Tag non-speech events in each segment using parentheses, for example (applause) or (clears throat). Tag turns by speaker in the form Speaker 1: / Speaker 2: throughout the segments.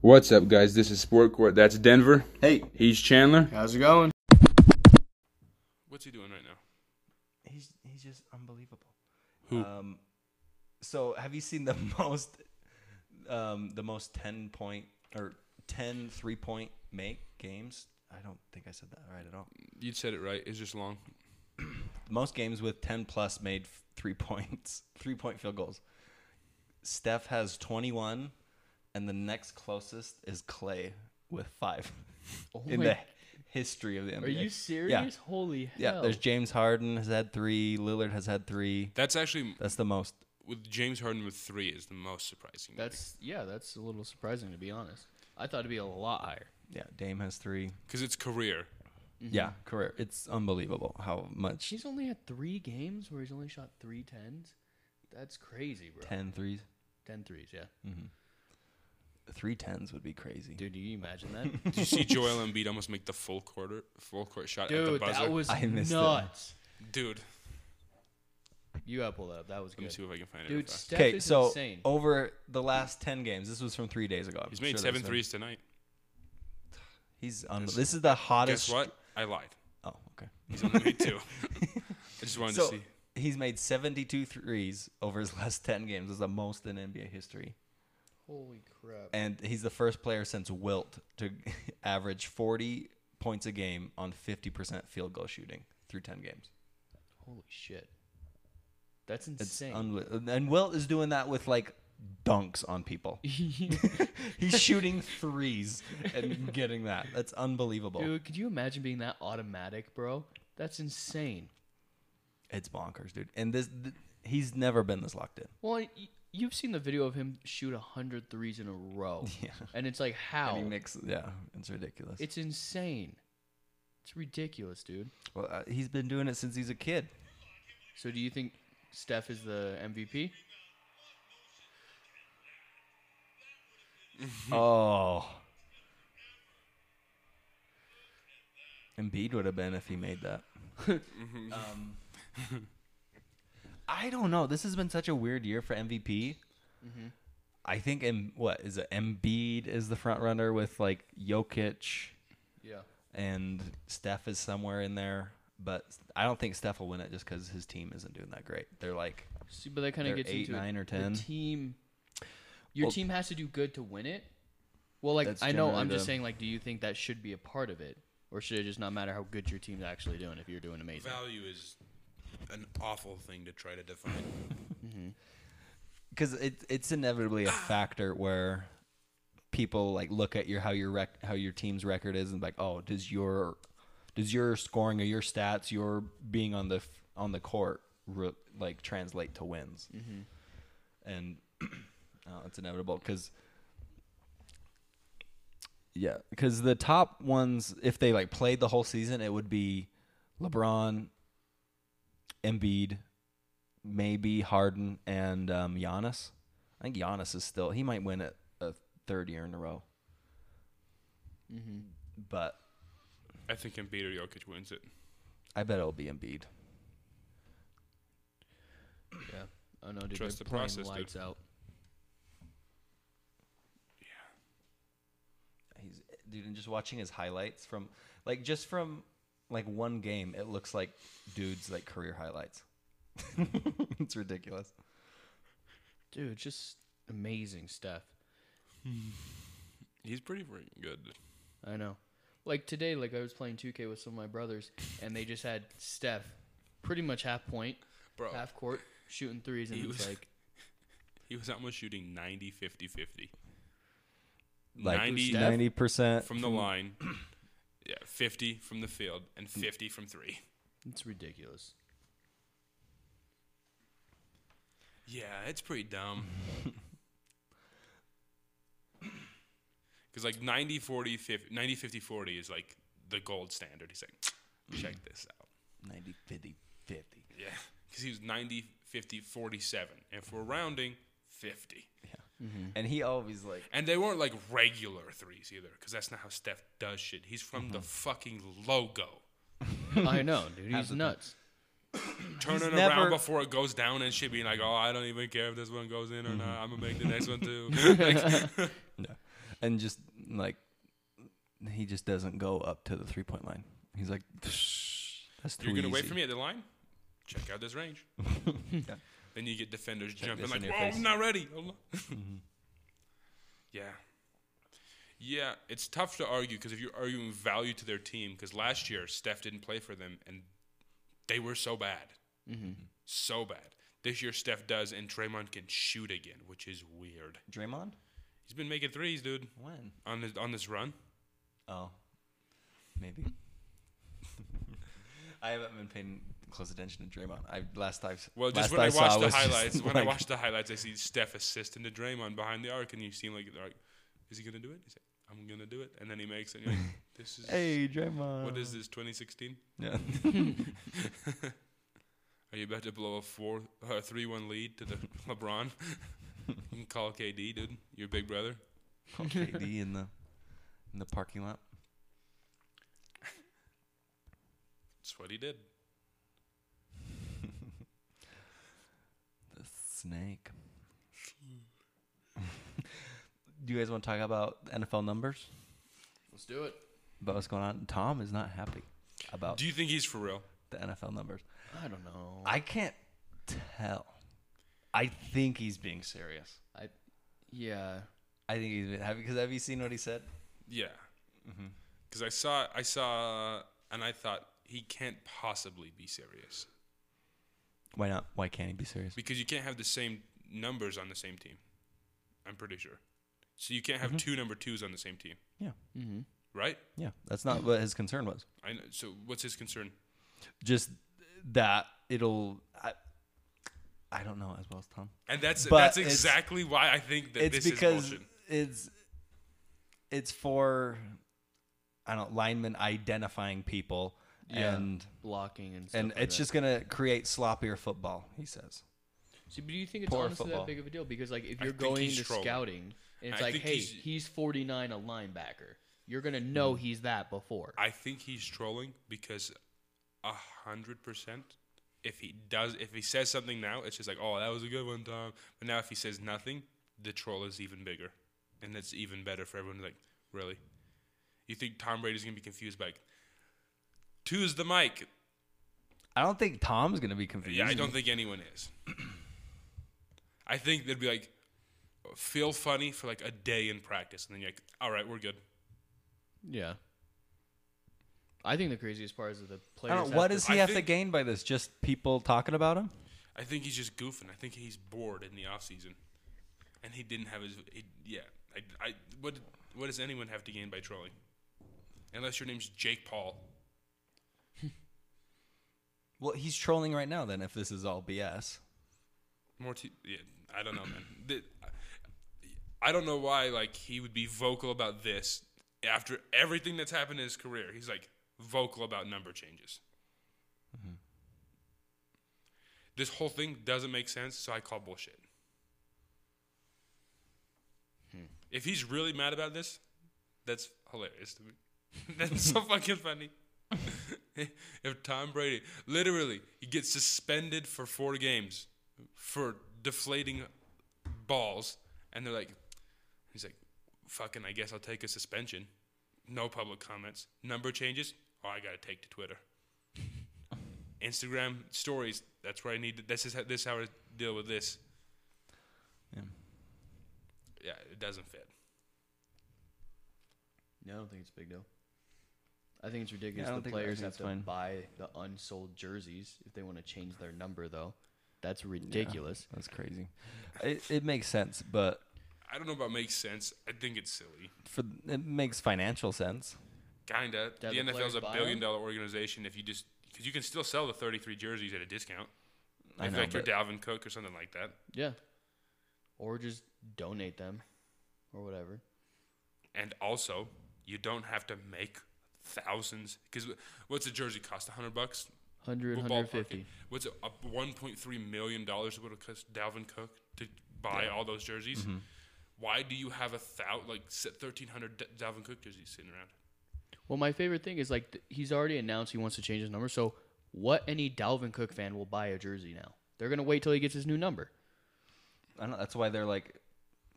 Speaker 1: What's up, guys? This is Sport Court. That's Denver.
Speaker 2: Hey,
Speaker 1: He's Chandler.
Speaker 2: how's it going?
Speaker 1: What's he doing right now?
Speaker 3: He's he's just unbelievable.
Speaker 1: Who?
Speaker 3: Um, so have you seen the (laughs) most um, the most ten point or 10 3 point make games? I don't think I said that right at all.
Speaker 1: You said it right. It's just long.
Speaker 3: Most games with ten plus made f- three (laughs) points, three point field goals. Steph has twenty one, and the next closest is Clay with
Speaker 4: (laughs)
Speaker 3: five in
Speaker 4: Oh my-
Speaker 3: the history of the NBA.
Speaker 4: Are you serious? Holy hell.
Speaker 3: Yeah, there's James Harden has had three. Lillard has had three.
Speaker 1: That's actually
Speaker 3: That's the most.
Speaker 1: with James Harden with three is the most surprising.
Speaker 4: That's yeah, that's a little surprising to be honest. I thought it'd be a lot higher.
Speaker 3: Yeah, Dame has 3
Speaker 1: because it's career.
Speaker 4: Mm-hmm.
Speaker 3: Yeah, career. It's unbelievable how much
Speaker 4: He's only had three games where he's only shot three tens. That's crazy, bro.
Speaker 3: 10 threes.
Speaker 4: Ten threes, yeah.
Speaker 3: Mm. Three tens would be crazy.
Speaker 4: Dude, do you imagine
Speaker 3: (laughs)
Speaker 4: that?
Speaker 1: Did you see Joel Embiid almost make the full quarter, full court shot at the
Speaker 4: Dude,
Speaker 1: buzzer?
Speaker 4: that was
Speaker 3: I missed it.
Speaker 4: nuts.
Speaker 1: Dude,
Speaker 4: You gotta pull that up. That was
Speaker 1: let me
Speaker 4: good.
Speaker 1: see if I can find it. real
Speaker 4: Dude,
Speaker 1: fast.
Speaker 4: Steph
Speaker 3: okay,
Speaker 4: is
Speaker 3: so oh.
Speaker 4: insane.
Speaker 3: over the last 10 games, this was from three days ago. I'm
Speaker 1: He's made
Speaker 3: sure
Speaker 1: seven
Speaker 3: that's
Speaker 1: threes tonight.
Speaker 3: been- He's on. This is the hottest.
Speaker 1: Guess what? I lied.
Speaker 3: Oh, okay.
Speaker 1: He's only made two. I just wanted to
Speaker 3: So
Speaker 1: see.
Speaker 3: he's made 72 threes over his (laughs) last 10 games. It's the most in NBA history.
Speaker 4: Holy crap.
Speaker 3: And he's the first player since Wilt to (laughs) average 40 points a game on 50% field goal shooting through 10 games.
Speaker 4: Holy shit. That's
Speaker 3: It's
Speaker 4: insane.
Speaker 3: unbel- and Wilt is doing that with like dunks on people.
Speaker 4: (laughs)
Speaker 3: He's shooting threes and getting that. That's unbelievable.
Speaker 4: Dude, could you imagine being that automatic, bro? That's insane.
Speaker 3: It's bonkers, dude. And this, th- he's never been this locked in. (laughs)
Speaker 4: Well, y- you've seen the video of him shoot 100 threes in a row.
Speaker 3: (laughs) Yeah.
Speaker 4: And it's like, how?
Speaker 3: And he makes, yeah, it's ridiculous.
Speaker 4: It's insane. It's ridiculous, dude.
Speaker 3: well, uh, he's been doing it since he's a kid.
Speaker 4: So do you think Steph is the MVP?
Speaker 3: oh. Embiid would have been if he made that. um, I don't know. This has been such a weird year for MVP. I think M- what is it? Embiid is the front runner with like Jokic
Speaker 4: Yeah.
Speaker 3: and Steph is somewhere in there, but I don't think Steph will win it just because his team isn't doing that great. They're like
Speaker 4: See, but that kind of
Speaker 3: They're
Speaker 4: gets
Speaker 3: eight,
Speaker 4: into it.
Speaker 3: nine, or
Speaker 4: The
Speaker 3: 10.
Speaker 4: team. Your
Speaker 3: Well-
Speaker 4: team has to do good to win it. Well, like
Speaker 3: That's
Speaker 4: I know,
Speaker 3: generally
Speaker 4: I'm just
Speaker 3: the-
Speaker 4: saying, like, do you think that should be a part of it, or should it just not matter how good your team's actually doing if you're doing amazing?
Speaker 1: Value is an awful thing to try to define.
Speaker 3: because it, it's inevitably a factor where people like look at your how your rec- how your team's record is and like oh does your does your scoring or your stats your being on the f- on the court re- like translate to wins
Speaker 4: Mm-hmm.
Speaker 3: and (clears throat) uh, it's inevitable because yeah because the top ones if they like played the whole season it would be LeBron Embiid maybe Harden and um, Giannis. I think Giannis is still he might win it a third year in a row.
Speaker 4: Mm-hmm.
Speaker 3: But
Speaker 1: I think Embiid or Jokic wins it.
Speaker 3: I bet it'll be Embiid.
Speaker 4: Yeah. Oh no, dude,
Speaker 1: Trust
Speaker 4: they're
Speaker 1: the
Speaker 4: playing
Speaker 1: process, dude.
Speaker 4: lights out.
Speaker 3: He's dude, and just watching his highlights from like just from like one game, it looks like dudes like career highlights. (laughs) it's ridiculous.
Speaker 4: Dude, just amazing stuff.
Speaker 1: He's pretty freaking good.
Speaker 4: I know. Like today, like I was playing 2K with some of my brothers, and they just had Steph, pretty much half point,
Speaker 1: Bro.
Speaker 4: half court, shooting threes, and
Speaker 1: Oh. He
Speaker 4: it's
Speaker 1: was-
Speaker 4: like,
Speaker 1: He was almost shooting 90, 50, 50.
Speaker 3: Like
Speaker 1: 90
Speaker 4: Steph?
Speaker 3: percent
Speaker 1: from the line, yeah, 50 from the field, and 50 from three.
Speaker 4: it's ridiculous.
Speaker 1: Yeah, it's pretty dumb. (laughs) Because like 90 40 50, 90 50 40 is like the gold standard. He's like, check this out.
Speaker 3: 90 50 50.
Speaker 1: Yeah. (laughs) Because he was 90 50 47. If we're rounding, 50.
Speaker 3: And he always like
Speaker 1: And they weren't like regular threes either, because that's not how Steph does shit. He's from
Speaker 3: Mm-hmm.
Speaker 1: the fucking logo.
Speaker 4: I know, dude. He's nuts.
Speaker 1: Turning
Speaker 3: He's
Speaker 1: around
Speaker 3: never-
Speaker 1: before it goes down and shit, being
Speaker 3: Mm-hmm. (laughs)
Speaker 1: like, oh, I don't even care if this one goes in or not. I'm going to make the next one too. Like,
Speaker 3: No. and just like he just doesn't go up to the three point line. He's like, that's too
Speaker 1: You're gonna wait
Speaker 3: easy."
Speaker 1: for me at the line. Check out this
Speaker 3: (laughs)
Speaker 1: range. Then you get defenders jumping
Speaker 3: this in
Speaker 1: like,
Speaker 3: your
Speaker 1: "Whoa,
Speaker 3: face." Mm-hmm.
Speaker 1: I'm not ready." (laughs) I'm not- yeah, yeah. It's tough to argue because if you're arguing value to their team, because last year Steph didn't play for them and they were so bad,
Speaker 3: Mm-hmm.
Speaker 1: so bad. This year Steph does, and Draymond can shoot again, which is weird.
Speaker 3: Draymond,
Speaker 1: He's been making threes, dude,
Speaker 3: when?
Speaker 1: on this on this run.
Speaker 3: Oh, maybe. (laughs) I haven't been paying close attention to Draymond. I last I
Speaker 1: Well, just
Speaker 3: last
Speaker 1: when I,
Speaker 3: saw
Speaker 1: watch the
Speaker 3: was just
Speaker 1: highlights, when I
Speaker 3: like-
Speaker 1: watch the highlights, I see Steph assisting to Draymond behind the arc, and you seem like, like is he gonna do it? He's like, I'm gonna do it, and then he makes it. And you're
Speaker 3: (laughs)
Speaker 1: like, this is
Speaker 3: Hey, uh, Draymond.
Speaker 1: what is this? 2016?
Speaker 3: Yeah. (laughs)
Speaker 1: Are you about to blow a four, uh, three-one lead
Speaker 3: (laughs)
Speaker 1: to the LeBron? you can call KD, dude. Your big brother.
Speaker 3: Call KD in the in the parking lot.
Speaker 1: That's what he did.
Speaker 3: The snake. Do you guys want to talk about NFL numbers?
Speaker 4: Let's do it.
Speaker 3: About what's going on? Tom is not happy about
Speaker 1: Do you think he's for real?
Speaker 3: the NFL numbers.
Speaker 4: I don't know.
Speaker 3: I can't tell. I think he's being serious.
Speaker 4: I, yeah.
Speaker 3: I think he's been, have because have you seen what he said?
Speaker 1: Yeah.
Speaker 3: Mm-hmm.
Speaker 1: Because I saw, I saw, and I thought he can't possibly be serious
Speaker 3: Why not? Why can't he be serious?
Speaker 1: because you can't have the same numbers on the same team. I'm pretty sure. So you can't have
Speaker 3: Mm-hmm.
Speaker 1: two number twos on the same team,
Speaker 3: Yeah,
Speaker 4: Mm-hmm.
Speaker 1: right?
Speaker 3: yeah. That's not what his concern was.
Speaker 1: I know, so what's his concern?
Speaker 3: Just that it'll. I, I don't know as well as Tom.
Speaker 1: And that's
Speaker 3: But
Speaker 1: that's
Speaker 3: it's-
Speaker 1: exactly why I think that
Speaker 3: it's
Speaker 1: this is
Speaker 3: because
Speaker 1: bullshit.
Speaker 3: it's it's for I don't know, linemen identifying people
Speaker 4: Yeah.
Speaker 3: and
Speaker 4: Blocking and stuff
Speaker 3: and
Speaker 4: like
Speaker 3: it's
Speaker 4: that.
Speaker 3: just gonna create sloppier football. He says.
Speaker 4: See, but do you think it's
Speaker 3: poor
Speaker 4: honestly
Speaker 3: football.
Speaker 4: that big of a deal? Because like if
Speaker 1: I
Speaker 4: you're
Speaker 1: think
Speaker 4: going
Speaker 1: he's
Speaker 4: to
Speaker 1: trolling.
Speaker 4: scouting and it's
Speaker 1: I
Speaker 4: like,
Speaker 1: think
Speaker 4: hey,
Speaker 1: he's-
Speaker 4: he's, 49 a linebacker. You're gonna know he's that before.
Speaker 1: I think he's trolling because a hundred percent. If he does, if he says something now, it's just like, oh, that was a good one, Tom. But now if he says nothing, the troll is even bigger, and that's even better for everyone. Like, really, you think Tom Brady's gonna be confused by? Two's the mic.
Speaker 3: I don't think Tom's gonna be confused.
Speaker 1: Yeah, I don't think anyone is. (clears throat) I think they'd be like, feel funny for like a day in practice, and then you're like, all right, we're good.
Speaker 4: yeah. I think the craziest part is that the
Speaker 3: I
Speaker 4: players.
Speaker 3: don't,
Speaker 4: have
Speaker 3: what
Speaker 4: to-
Speaker 3: does he
Speaker 1: I
Speaker 3: have to
Speaker 1: think-
Speaker 3: gain by this? Just people talking about him?
Speaker 1: I think he's just goofing. I think he's bored in the off season, and he didn't have his. He, yeah, I, I. What What does anyone have to gain by trolling? Unless your name's Jake Paul.
Speaker 3: Well, he's trolling right now. Then, if this is all BS,
Speaker 1: More. T- yeah, I don't know, man. The, I don't know why like he would be vocal about this after everything that's happened in his career. He's like vocal about number changes. This whole thing doesn't make sense, so I call bullshit. If he's really mad about this, that's hilarious to me. (laughs) that's so fucking funny. (laughs) if Tom Brady literally he gets suspended for four games for deflating balls, and they're like, he's like, fucking, I guess I'll take a suspension. No public comments. Number changes. Oh, I gotta take to
Speaker 3: (laughs)
Speaker 1: Twitter, Instagram stories. That's where I need. To, this is how, this is how I deal with this.
Speaker 3: Yeah.
Speaker 1: Yeah, it doesn't fit.
Speaker 4: No, I don't think it's a big deal. I think it's ridiculous.
Speaker 3: don't
Speaker 4: the
Speaker 3: think- I
Speaker 4: players
Speaker 3: think
Speaker 4: have
Speaker 3: it's
Speaker 4: to
Speaker 3: fine.
Speaker 4: buy the unsold jerseys if they want to change their number, though. That's ridiculous.
Speaker 3: that's crazy. It, it makes sense, but
Speaker 1: I don't know about makes sense. I think it's silly.
Speaker 3: for it makes financial sense.
Speaker 1: Kinda.
Speaker 4: Do
Speaker 1: the
Speaker 4: the
Speaker 1: NFL's
Speaker 4: players
Speaker 1: a
Speaker 4: buy
Speaker 1: billion
Speaker 4: them?
Speaker 1: dollar organization. If you just because you can still sell the 33 jerseys at a discount.
Speaker 3: I
Speaker 1: if
Speaker 3: know,
Speaker 1: like you're
Speaker 3: but-
Speaker 1: Dalvin Cook or something like that.
Speaker 4: Yeah. Or just donate them, or whatever.
Speaker 1: and also you don't have to make thousands because what's a jersey cost 100 bucks
Speaker 4: 100,
Speaker 1: Well, ballpark
Speaker 4: 150.
Speaker 1: it. what's a, a 1.3 million dollars would it cost dalvin cook to buy all those jerseys why do you have a thou like s- 1300 D- dalvin cook jerseys sitting around
Speaker 4: Well, my favorite thing is like th- he's already announced he wants to change his number. So, what any Dalvin Cook fan will buy a jersey now? They're gonna wait till he gets his new number.
Speaker 3: I don't. That's why they're like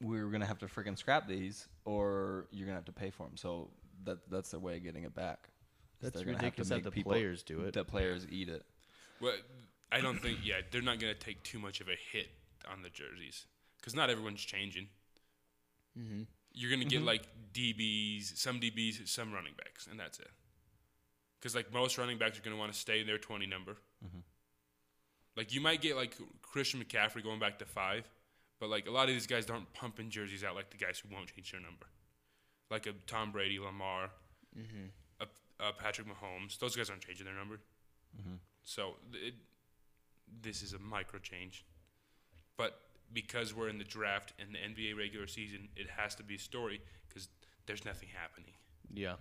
Speaker 3: we were gonna have to freaking scrap these, or you're gonna have to pay for them. So that that's their way of getting it back. is
Speaker 4: That's
Speaker 3: they're gonna have to
Speaker 4: ridiculous that
Speaker 3: make
Speaker 4: the players do it.
Speaker 3: The players eat it.
Speaker 1: Well, I don't think. Yeah, they're not gonna take too much of a hit on the jerseys because not everyone's changing.
Speaker 4: Mhm.
Speaker 1: You're gonna get like DBs, some DBs, some running backs, and that's it. Because like most running backs are gonna want to stay in their 20 number. Like you might get like Christian McCaffrey going back to five, but like a lot of these guys aren't pumping jerseys out like the guys who won't change their number, like a Tom Brady, Lamar, a, a Patrick Mahomes. Those guys aren't changing their number. So th- it, this is a micro change. But because we're in the draft and the NBA regular season, it has to be a story because there's nothing happening.
Speaker 4: Yeah.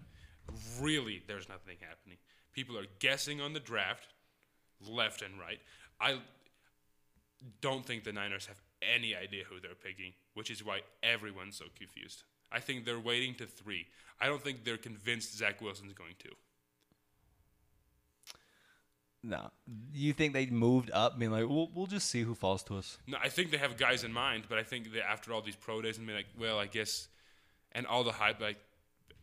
Speaker 1: Really, there's nothing happening. People are guessing on the draft left and right. I don't think the Niners have any idea who they're picking, which is why everyone's so confused. I think they're waiting to three. I don't think they're convinced Zach Wilson's going to.
Speaker 3: No, you think they moved up, being like, we'll we'll just see who falls to us.
Speaker 1: No, I think they have guys in mind, but I think that after all these pro days and be like, well, I guess, and all the hype, like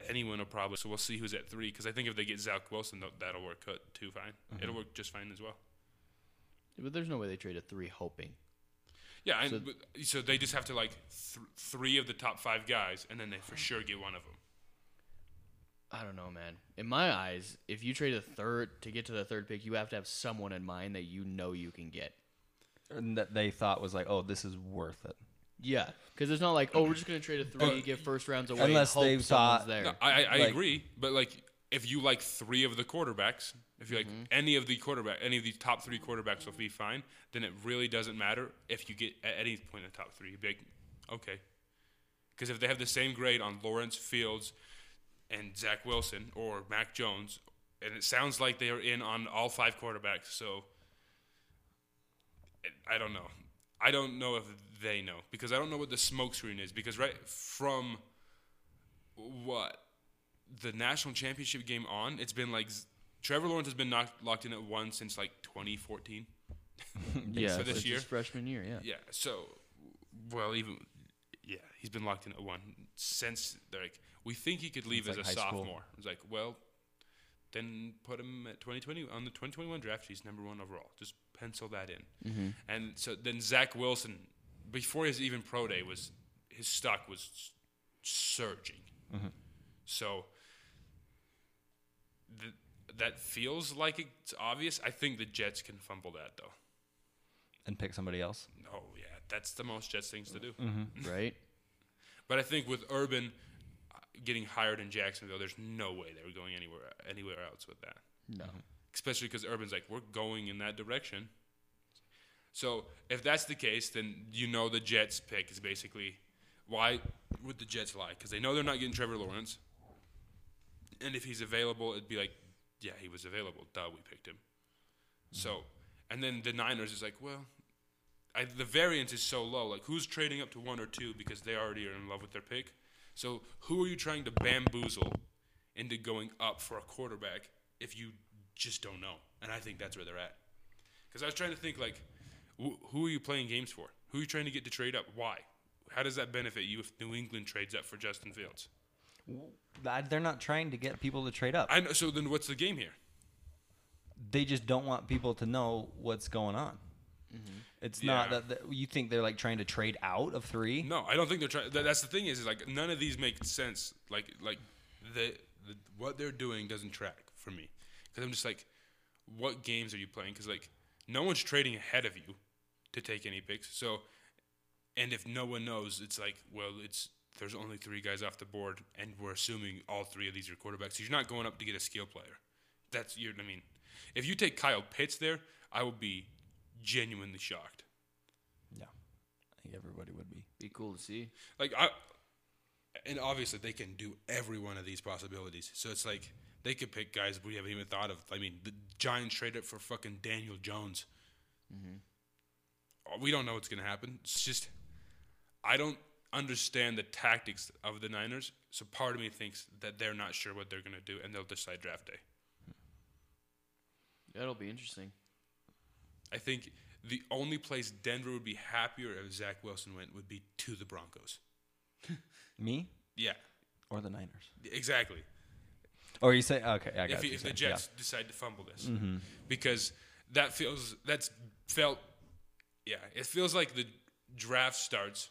Speaker 1: anyone will probably. So we'll see who's at three because I think if they get Zach Wilson, tho- that'll work out too fine. It'll work just fine as well.
Speaker 4: But there's no way they trade a three hoping.
Speaker 1: Yeah, and
Speaker 4: So-
Speaker 1: so, so they just have to like th- three of the top five guys, and then they for sure get one of them.
Speaker 4: I don't know, man. In my eyes, if you trade a third to get to the third pick, you have to have someone in mind that you know you can get.
Speaker 3: And that they thought was like, oh, this is worth it.
Speaker 4: Yeah, because it's not like oh we're just gonna trade a three, give first rounds away,
Speaker 3: Unless
Speaker 4: and hope
Speaker 3: they've
Speaker 4: someone's
Speaker 3: thought-
Speaker 4: there.
Speaker 1: No, I, I, I
Speaker 3: Like-
Speaker 1: agree, but like if you like three of the quarterbacks, if you like any of the quarterback, any of the top three quarterbacks will be fine. Then it really doesn't matter if you get at any point in the top three. You'd be like, okay, because if they have the same grade on Lawrence Fields and Zach Wilson or Mac Jones, and it sounds like they are in on all five quarterbacks, so I don't know. I don't know if they know because I don't know what the smoke screen is because right from what the national championship game on, it's been like z- Trevor Lawrence has been knocked, locked in at one since like 2014.
Speaker 4: yeah,
Speaker 1: so this
Speaker 4: it's
Speaker 1: year?
Speaker 4: his freshman year, yeah.
Speaker 1: Yeah. So, well, even yeah, he's been locked in at one since like we think he could leave as
Speaker 3: It's like
Speaker 1: a
Speaker 3: high school.
Speaker 1: sophomore. It's like well, then put him at 2020 on the 2021 draft. He's number one overall. Just pencil that in.
Speaker 3: Mm-hmm.
Speaker 1: And so then Zach Wilson, before his even pro day, was his stock was s- surging.
Speaker 3: Mm-hmm.
Speaker 1: So th- that feels like it's obvious. I think the Jets can fumble that though.
Speaker 3: And pick somebody else.
Speaker 1: Oh yeah, that's the most Jets things to do.
Speaker 4: right?
Speaker 1: But I think with Urban uh, getting hired in Jacksonville, there's no way they were going anywhere anywhere else with that.
Speaker 4: No,
Speaker 1: Mm-hmm. Especially because Urban's like, we're going in that direction. So if that's the case, then you know the Jets pick is basically why would the Jets lie? Because they know they're not getting Trevor Lawrence, and if he's available, it'd be like, yeah, he was available. Duh, we picked him. So, and then the Niners is like, well, I, the variance is so low. Like, who's trading up to one or two because they already are in love with their pick? So, who are you trying to bamboozle into going up for a quarterback if you just don't know? And I think that's where they're at. Because I was trying to think, like, wh- who are you playing games for? Who are you trying to get to trade up? Why? How does that benefit you if New England trades up for Justin Fields?
Speaker 3: That- They're not trying to get people to trade up.
Speaker 1: I know. So then, what's the game here?
Speaker 3: they just don't want people to know what's going on. Mm-hmm. It's not
Speaker 1: Yeah.
Speaker 3: that, that you think they're like trying to trade out of three.
Speaker 1: No, I don't think they're trying. That, that's the thing is, is like none of these make sense. Like, like the, the what they're doing doesn't track for me because I'm just like, what games are you playing? Because like no one's trading ahead of you to take any picks. So, and if no one knows, it's like, well, it's there's only three guys off the board, and we're assuming all three of these are quarterbacks. So you're not going up to get a skill player. That's your. I mean, if you take Kyle Pitts there, I would be genuinely shocked.
Speaker 3: Yeah. I think everybody would be.
Speaker 4: be cool to see.
Speaker 1: like I, and obviously they can do every one of these possibilities. So it's like they could pick guys we haven't even thought of. I mean, the Giants trade up for fucking Daniel Jones. Oh, We don't know what's gonna happen. It's just I don't understand the tactics of the Niners. So part of me thinks that they're not sure what they're gonna do, and they'll decide draft day.
Speaker 4: That'll be interesting.
Speaker 1: I think the only place Denver would be happier if Zach Wilson went would be to the Broncos.
Speaker 3: Me
Speaker 1: Yeah,
Speaker 3: or the Niners?
Speaker 1: exactly.
Speaker 3: Or you say okay? I got
Speaker 1: if,
Speaker 3: what
Speaker 1: he,
Speaker 3: you're
Speaker 1: if the
Speaker 3: saying, yeah. Mm-hmm.
Speaker 1: Jets decide to fumble this, because that feels that's felt, yeah, it feels like the draft starts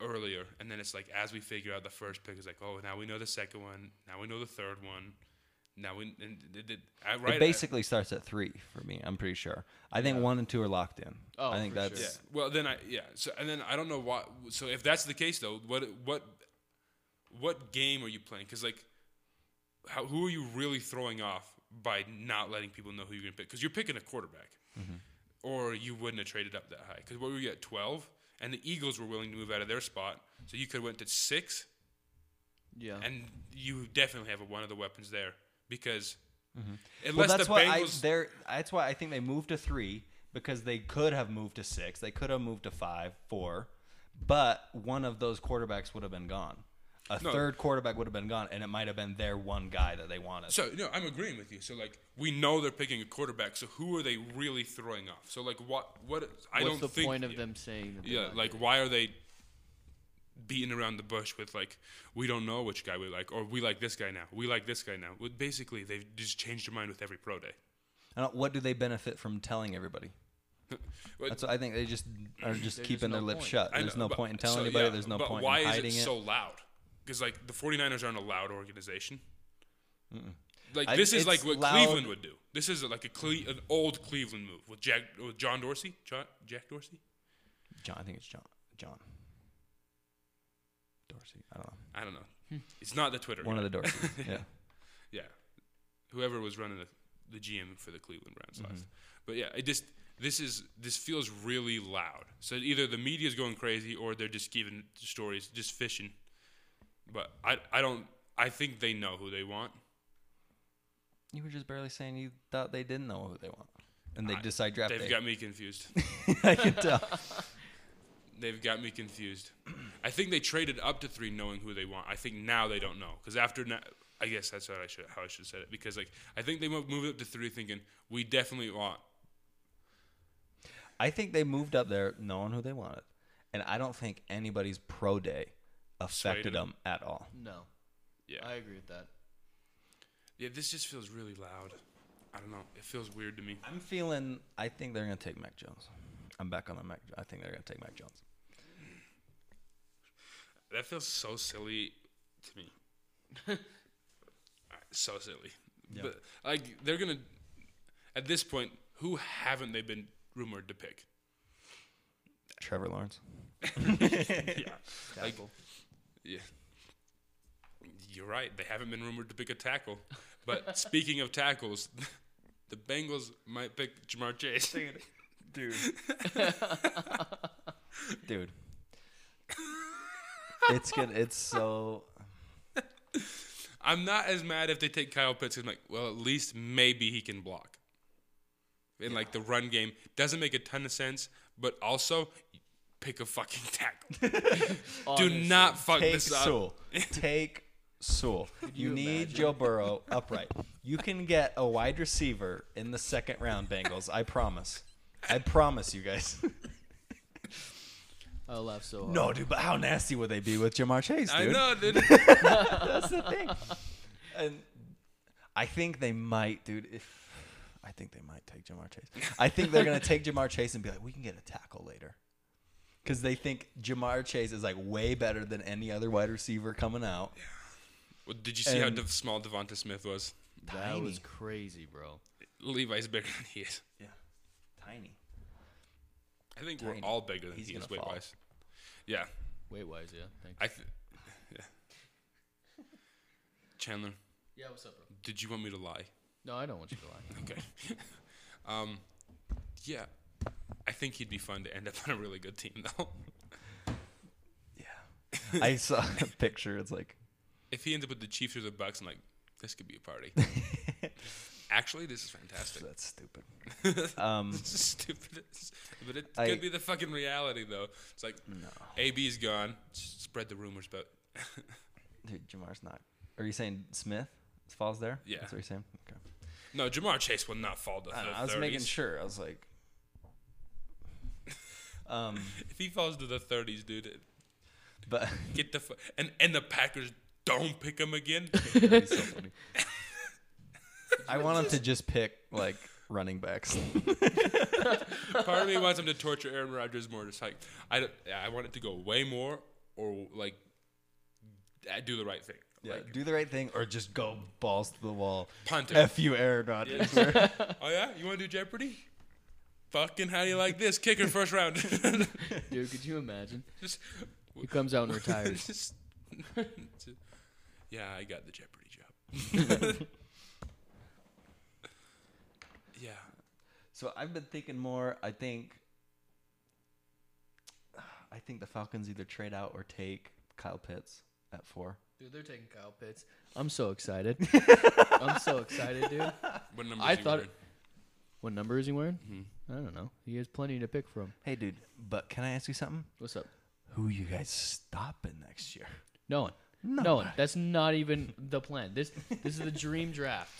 Speaker 1: earlier, and then it's like as we figure out the first pick is like, oh, now we know the second one, now we know the third one, now we and, and, and, I, right,
Speaker 3: It basically starts at three for me. I'm pretty sure. I think one and two are locked in.
Speaker 4: Oh,
Speaker 3: I think
Speaker 4: for sure.
Speaker 3: that's
Speaker 1: Yeah. Well, then I yeah. So and then I don't know why. So if that's the case though, what what what game are you playing? Because like, how who are you really throwing off by not letting people know who you're gonna pick? Because you're picking a quarterback,
Speaker 3: Mm-hmm.
Speaker 1: or you wouldn't have traded up that high. Because what were you at twelve? And the Eagles were willing to move out of their spot, so you could have went to six,
Speaker 4: Yeah.
Speaker 1: and you definitely have one of the weapons there because
Speaker 3: Mm-hmm. well,
Speaker 1: unless
Speaker 3: that's
Speaker 1: the
Speaker 3: why
Speaker 1: Bengals
Speaker 3: I they're, that's why I think they moved to three because they could have moved to six. They could have moved to five, four, but one of those quarterbacks would have been gone. A
Speaker 1: No.
Speaker 3: third quarterback would have been gone, and it might have been their one guy that they wanted.
Speaker 1: So no, I'm agreeing with you. So like we know they're picking a quarterback. So who are they really throwing off? So like what what I
Speaker 4: What's
Speaker 1: don't
Speaker 4: the
Speaker 1: think
Speaker 4: point of them saying that? they're
Speaker 1: yeah
Speaker 4: not
Speaker 1: like
Speaker 4: good?
Speaker 1: why are they beating around the bush with like we don't know which guy we like or we like this guy now we like this guy now. Well, Basically they've just changed their mind with every pro day.
Speaker 3: I don't- what do they benefit from telling everybody?
Speaker 1: But-
Speaker 3: That's what I think they just are just
Speaker 4: There's
Speaker 3: keeping
Speaker 4: no
Speaker 3: their lips
Speaker 4: point.
Speaker 3: shut.
Speaker 1: I
Speaker 3: There's
Speaker 1: know,
Speaker 3: no
Speaker 1: but-
Speaker 3: point in telling
Speaker 1: so,
Speaker 3: anybody.
Speaker 1: yeah,
Speaker 3: There's no
Speaker 1: but
Speaker 3: point
Speaker 1: why
Speaker 3: in
Speaker 1: is
Speaker 3: hiding
Speaker 1: it
Speaker 3: it.
Speaker 1: so loud? Because like the 49ers aren't a loud organization. Like
Speaker 3: I-
Speaker 1: this is
Speaker 3: it's
Speaker 1: like what
Speaker 3: loud-
Speaker 1: Cleveland would do. This is like a Cle- an old Cleveland move with Jack with John Dorsey. John, Jack Dorsey.
Speaker 3: John, I think it's John. John. Dorsey. I don't know.
Speaker 1: I don't know. It's not the Twitter.
Speaker 3: Hmm. One
Speaker 1: guy.
Speaker 3: of the
Speaker 1: (laughs)
Speaker 3: Dorseys. yeah.
Speaker 1: yeah, whoever was running the, the GM for the Cleveland Browns last. But yeah, it just this is this feels really loud. So either the media is going crazy or they're just giving stories, just fishing. But I I don't I think they know who they want.
Speaker 3: You were just barely saying you thought they didn't know who they want. And they decide draft
Speaker 1: They've
Speaker 3: day.
Speaker 1: got me (laughs) confused.
Speaker 3: (laughs) I can tell.
Speaker 1: They've got me confused. I think they traded up to three, knowing who they want. I think now they don't know because after na I guess that's what I should how I should have said it because like I think they mo- moved up to three, thinking we definitely want
Speaker 3: I think they moved up there knowing who they wanted. And I don't think anybody's pro day affected
Speaker 1: Swayed 'em.
Speaker 3: them at all.
Speaker 4: No,
Speaker 1: yeah.
Speaker 4: I agree with that.
Speaker 1: Yeah, this just feels really loud. I don't know. It feels weird to me.
Speaker 3: I'm feeling, I think they're going to take Mac Jones. I'm back on the Mac. I think they're going to take Mac Jones.
Speaker 1: That feels so silly to me. (laughs) Alright, so silly. But like they're gonna at this point, who haven't they been rumored to pick?
Speaker 3: Trevor Lawrence.
Speaker 1: yeah. Like,
Speaker 4: Tackle.
Speaker 1: yeah. You're right. They haven't been rumored to pick a tackle. But speaking of tackles, (laughs) the Bengals might pick Jamar Chase.
Speaker 3: Dude. Dude. It's good. It's so.
Speaker 1: I'm not as mad if they take Kyle Pitts. I'm like, well, at least maybe he can block. In like the run game doesn't make a ton of sense, but also pick a fucking tackle. (laughs) Do
Speaker 4: Honestly.
Speaker 1: not fuck
Speaker 3: Take
Speaker 1: this up. (laughs)
Speaker 3: Sewell. Take Sewell. You,
Speaker 4: you
Speaker 3: need
Speaker 4: imagine?
Speaker 3: Joe Burrow upright. You can get a wide receiver in the second round, Bengals. I promise. I promise you guys.
Speaker 4: I laugh so hard.
Speaker 3: No, dude, but how nasty would they be with Jamar Chase, dude?
Speaker 1: I know, dude.
Speaker 3: (laughs) That's the thing. And I think they might, dude. If I think they might take Jamar Chase. I think they're gonna take Jamar Chase and be like, we can get a tackle later. Because they think Jamar Chase is like way better than any other wide receiver coming out.
Speaker 1: well, did you see how
Speaker 3: And-
Speaker 1: dev- small Devonta Smith was?
Speaker 4: that
Speaker 3: Tiny.
Speaker 4: was crazy, bro.
Speaker 1: Levi's bigger than he is.
Speaker 3: Yeah. Tiny.
Speaker 1: I think
Speaker 3: Tiny.
Speaker 1: we're all bigger than
Speaker 3: He's
Speaker 1: he is
Speaker 3: gonna
Speaker 1: weight
Speaker 3: fall.
Speaker 1: wise. Yeah,
Speaker 4: Weight wise, yeah. Thanks.
Speaker 1: I. Th- yeah. Chandler,
Speaker 4: yeah, what's up, bro?
Speaker 1: did you want me to lie?
Speaker 4: No, I don't want you to lie.
Speaker 1: Okay. (laughs) um, yeah, I think he'd be fun to end up (laughs) on a really good team though.
Speaker 3: Yeah. (laughs) I saw a picture. It's like, (laughs)
Speaker 1: if he ends up with the Chiefs or the Bucks, I'm like, this could be a
Speaker 3: (laughs)
Speaker 1: party. Actually, this is fantastic.
Speaker 3: that's stupid. (laughs) Um,
Speaker 1: This is stupid, (laughs) as- but it
Speaker 3: I-
Speaker 1: could be the fucking reality though. It's like AB's gone. S- Spread the rumors, but
Speaker 3: dude, Jamar's not. Are you saying Smith falls there?
Speaker 1: Yeah.
Speaker 3: That's what you're saying? Okay.
Speaker 1: no, Jamar Chase will not fall to the
Speaker 3: I, don't know, I
Speaker 1: 30s.
Speaker 3: was making sure. I was (laughs) like, um,
Speaker 1: If he falls to the 30s, dude, it-
Speaker 3: But (laughs)
Speaker 1: Get the fu- and and the Packers don't pick him again.
Speaker 3: That'd be so funny. (laughs) I want him to just pick like running (laughs) backs.
Speaker 1: Part of me wants him to torture Aaron Rodgers more. Just like I, don't- I want it to go way more, or like I do the right thing.
Speaker 3: Yeah,
Speaker 1: Like,
Speaker 3: do the right thing or just go balls to the wall.
Speaker 1: Punt it.
Speaker 3: (laughs) F you, Aaron Rodgers. (laughs)
Speaker 1: oh yeah, you want to do Jeopardy? Fucking how do you like this? Kicker first round. (laughs)
Speaker 4: Dude, could you imagine?
Speaker 1: Just-
Speaker 4: He comes
Speaker 1: (laughs)
Speaker 4: out and retires.
Speaker 1: Just- yeah, I got the Jeopardy job. (laughs) yeah,
Speaker 3: So I've been thinking more. I think, (sighs) I think the Falcons either trade out or take Kyle Pitts at four.
Speaker 4: Dude, they're taking Kyle Pitts. I'm so excited. I'm so excited, dude.
Speaker 1: what number?
Speaker 4: I
Speaker 1: is he
Speaker 4: thought-
Speaker 1: wearing?
Speaker 4: What number is he wearing? I don't know. He has plenty to pick from.
Speaker 3: Hey, dude. But can I ask you something?
Speaker 4: What's up?
Speaker 3: Who you guys stopping next year?
Speaker 4: No one. No, one. That's not even the plan. This this is the dream draft.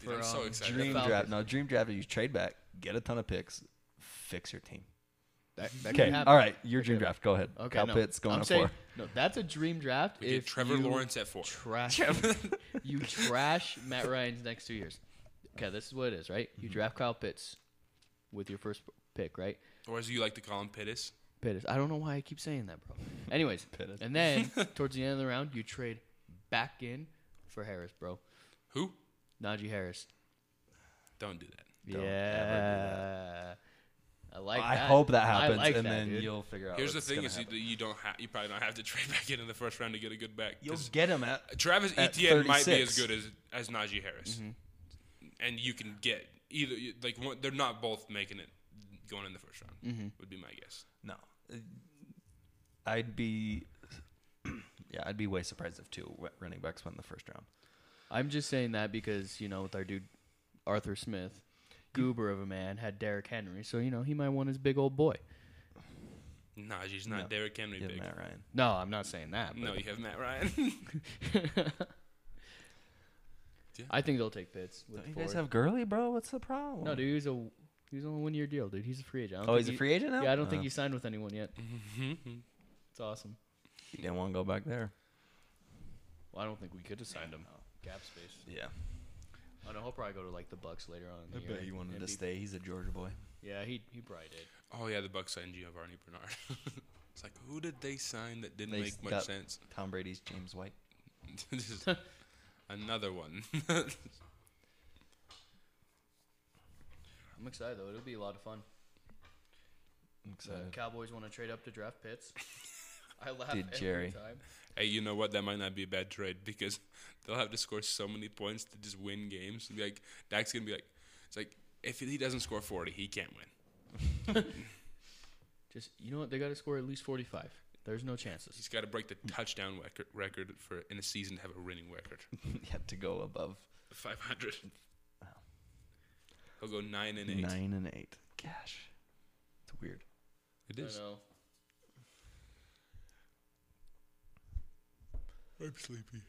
Speaker 1: Dude, I'm
Speaker 4: um,
Speaker 1: so excited.
Speaker 3: Dream
Speaker 4: Falcons.
Speaker 3: draft. No, dream draft. You trade back, get a ton of picks, fix your team.
Speaker 4: That, that could
Speaker 3: Okay.
Speaker 4: happen.
Speaker 3: All right. Your dream draft. Go ahead.
Speaker 4: Okay,
Speaker 3: Kyle
Speaker 4: no.
Speaker 3: Pitts going
Speaker 4: I'm
Speaker 3: at
Speaker 4: saying,
Speaker 3: four.
Speaker 4: No, that's a dream draft.
Speaker 1: We
Speaker 4: if
Speaker 1: get Trevor
Speaker 4: you
Speaker 1: Lawrence at four.
Speaker 4: trash, (laughs) you trash Matt Ryan's next two years. Okay, this is what it is, right? You draft Kyle Pitts with your first pick, right?
Speaker 1: Or as you like to call him, Pittis.
Speaker 4: Pittis. I don't know why I keep saying that,
Speaker 3: (laughs)
Speaker 4: bro. Anyways,
Speaker 3: Pittis.
Speaker 4: and
Speaker 3: (laughs)
Speaker 4: then towards the end of the round, you trade back in for Harris, bro.
Speaker 1: Who?
Speaker 4: Najee Harris.
Speaker 1: Don't do that.
Speaker 3: Don't ever do
Speaker 4: yeah. I (laughs) like
Speaker 3: I
Speaker 4: that.
Speaker 3: hope that
Speaker 4: I
Speaker 3: happens,
Speaker 4: like
Speaker 3: and
Speaker 4: that,
Speaker 3: then
Speaker 4: dude.
Speaker 3: you'll figure out.
Speaker 1: Here's the
Speaker 3: what's
Speaker 1: thing:
Speaker 3: Oh, gonna
Speaker 1: is you,
Speaker 3: happen.
Speaker 1: you don't have you probably don't have to trade (laughs) back in in the first round to get a good back.
Speaker 3: you'll
Speaker 1: 'cause
Speaker 3: get him at
Speaker 1: Travis
Speaker 3: at
Speaker 1: Etienne might be as
Speaker 3: 36.
Speaker 1: good as as Najee Harris,
Speaker 3: Mm-hmm.
Speaker 1: and you can get either like one, they're not both making it going in the first round.
Speaker 3: Mm-hmm.
Speaker 1: Would be my guess.
Speaker 3: No. I'd be (clears throat) yeah, I'd be way surprised if two wa- running backs went in the first round.
Speaker 4: I'm just saying that because you know, with our dude Arthur Smith, goober of a man, had Derrick Henry, so you know he might want his big old boy.
Speaker 1: Najee's not
Speaker 3: No.
Speaker 1: Derrick Henry
Speaker 3: Yeah,
Speaker 1: big.
Speaker 3: Matt Ryan.
Speaker 4: No, I'm not saying that.
Speaker 1: No,
Speaker 4: But
Speaker 1: you have Matt
Speaker 3: (laughs)
Speaker 1: Ryan.
Speaker 4: I think they'll take Pitts. With
Speaker 3: Don't
Speaker 4: the
Speaker 3: you guys
Speaker 4: forward.
Speaker 3: have Gurley, bro? What's the problem?
Speaker 4: no, dude. He's a he's on a one year deal, dude. He's a free agent. I don't
Speaker 3: Oh,
Speaker 4: think
Speaker 3: he's a
Speaker 4: he-
Speaker 3: free agent now.
Speaker 4: Yeah, I don't think
Speaker 3: Oh.
Speaker 4: he signed with anyone yet. Mm-hmm. It's awesome.
Speaker 3: he didn't want to go back there.
Speaker 4: Well, I don't think we could have signed him. Gap Oh, space.
Speaker 3: Yeah,
Speaker 4: I know he'll probably go to like the Bucks later on. In the year. And be-
Speaker 3: stay. He's a Georgia boy.
Speaker 4: Yeah, he he probably did.
Speaker 1: oh yeah, the Bucks signed Giovanni Bernard. (laughs) it's like who did they sign that didn't
Speaker 3: They
Speaker 1: make much
Speaker 3: got-
Speaker 1: sense? (laughs)
Speaker 3: Tom Brady's James White.
Speaker 1: Just another one.
Speaker 4: I'm excited though. It'll be a lot of fun. The
Speaker 3: I'm excited. (laughs)
Speaker 4: Cowboys want to trade up to draft (laughs) Pitts. I laugh
Speaker 3: Dude,
Speaker 4: every
Speaker 3: Jerry.
Speaker 4: time.
Speaker 1: hey, you know what? That might not be a bad trade because (laughs) they'll have to score so many points to just win games. Be like Dak's gonna be like, it's like if he doesn't score forty, he can't win.
Speaker 4: Just you know what? They got to score at least 45. There's no chances.
Speaker 1: He's got to break the touchdown record, record for in a season to have a winning record,
Speaker 3: you have to go above
Speaker 1: five hundred. He'll go nine and eight.
Speaker 3: nine and eight. Gosh, it's weird.
Speaker 1: It
Speaker 4: I
Speaker 1: is.
Speaker 4: know.
Speaker 1: I'm sleepy.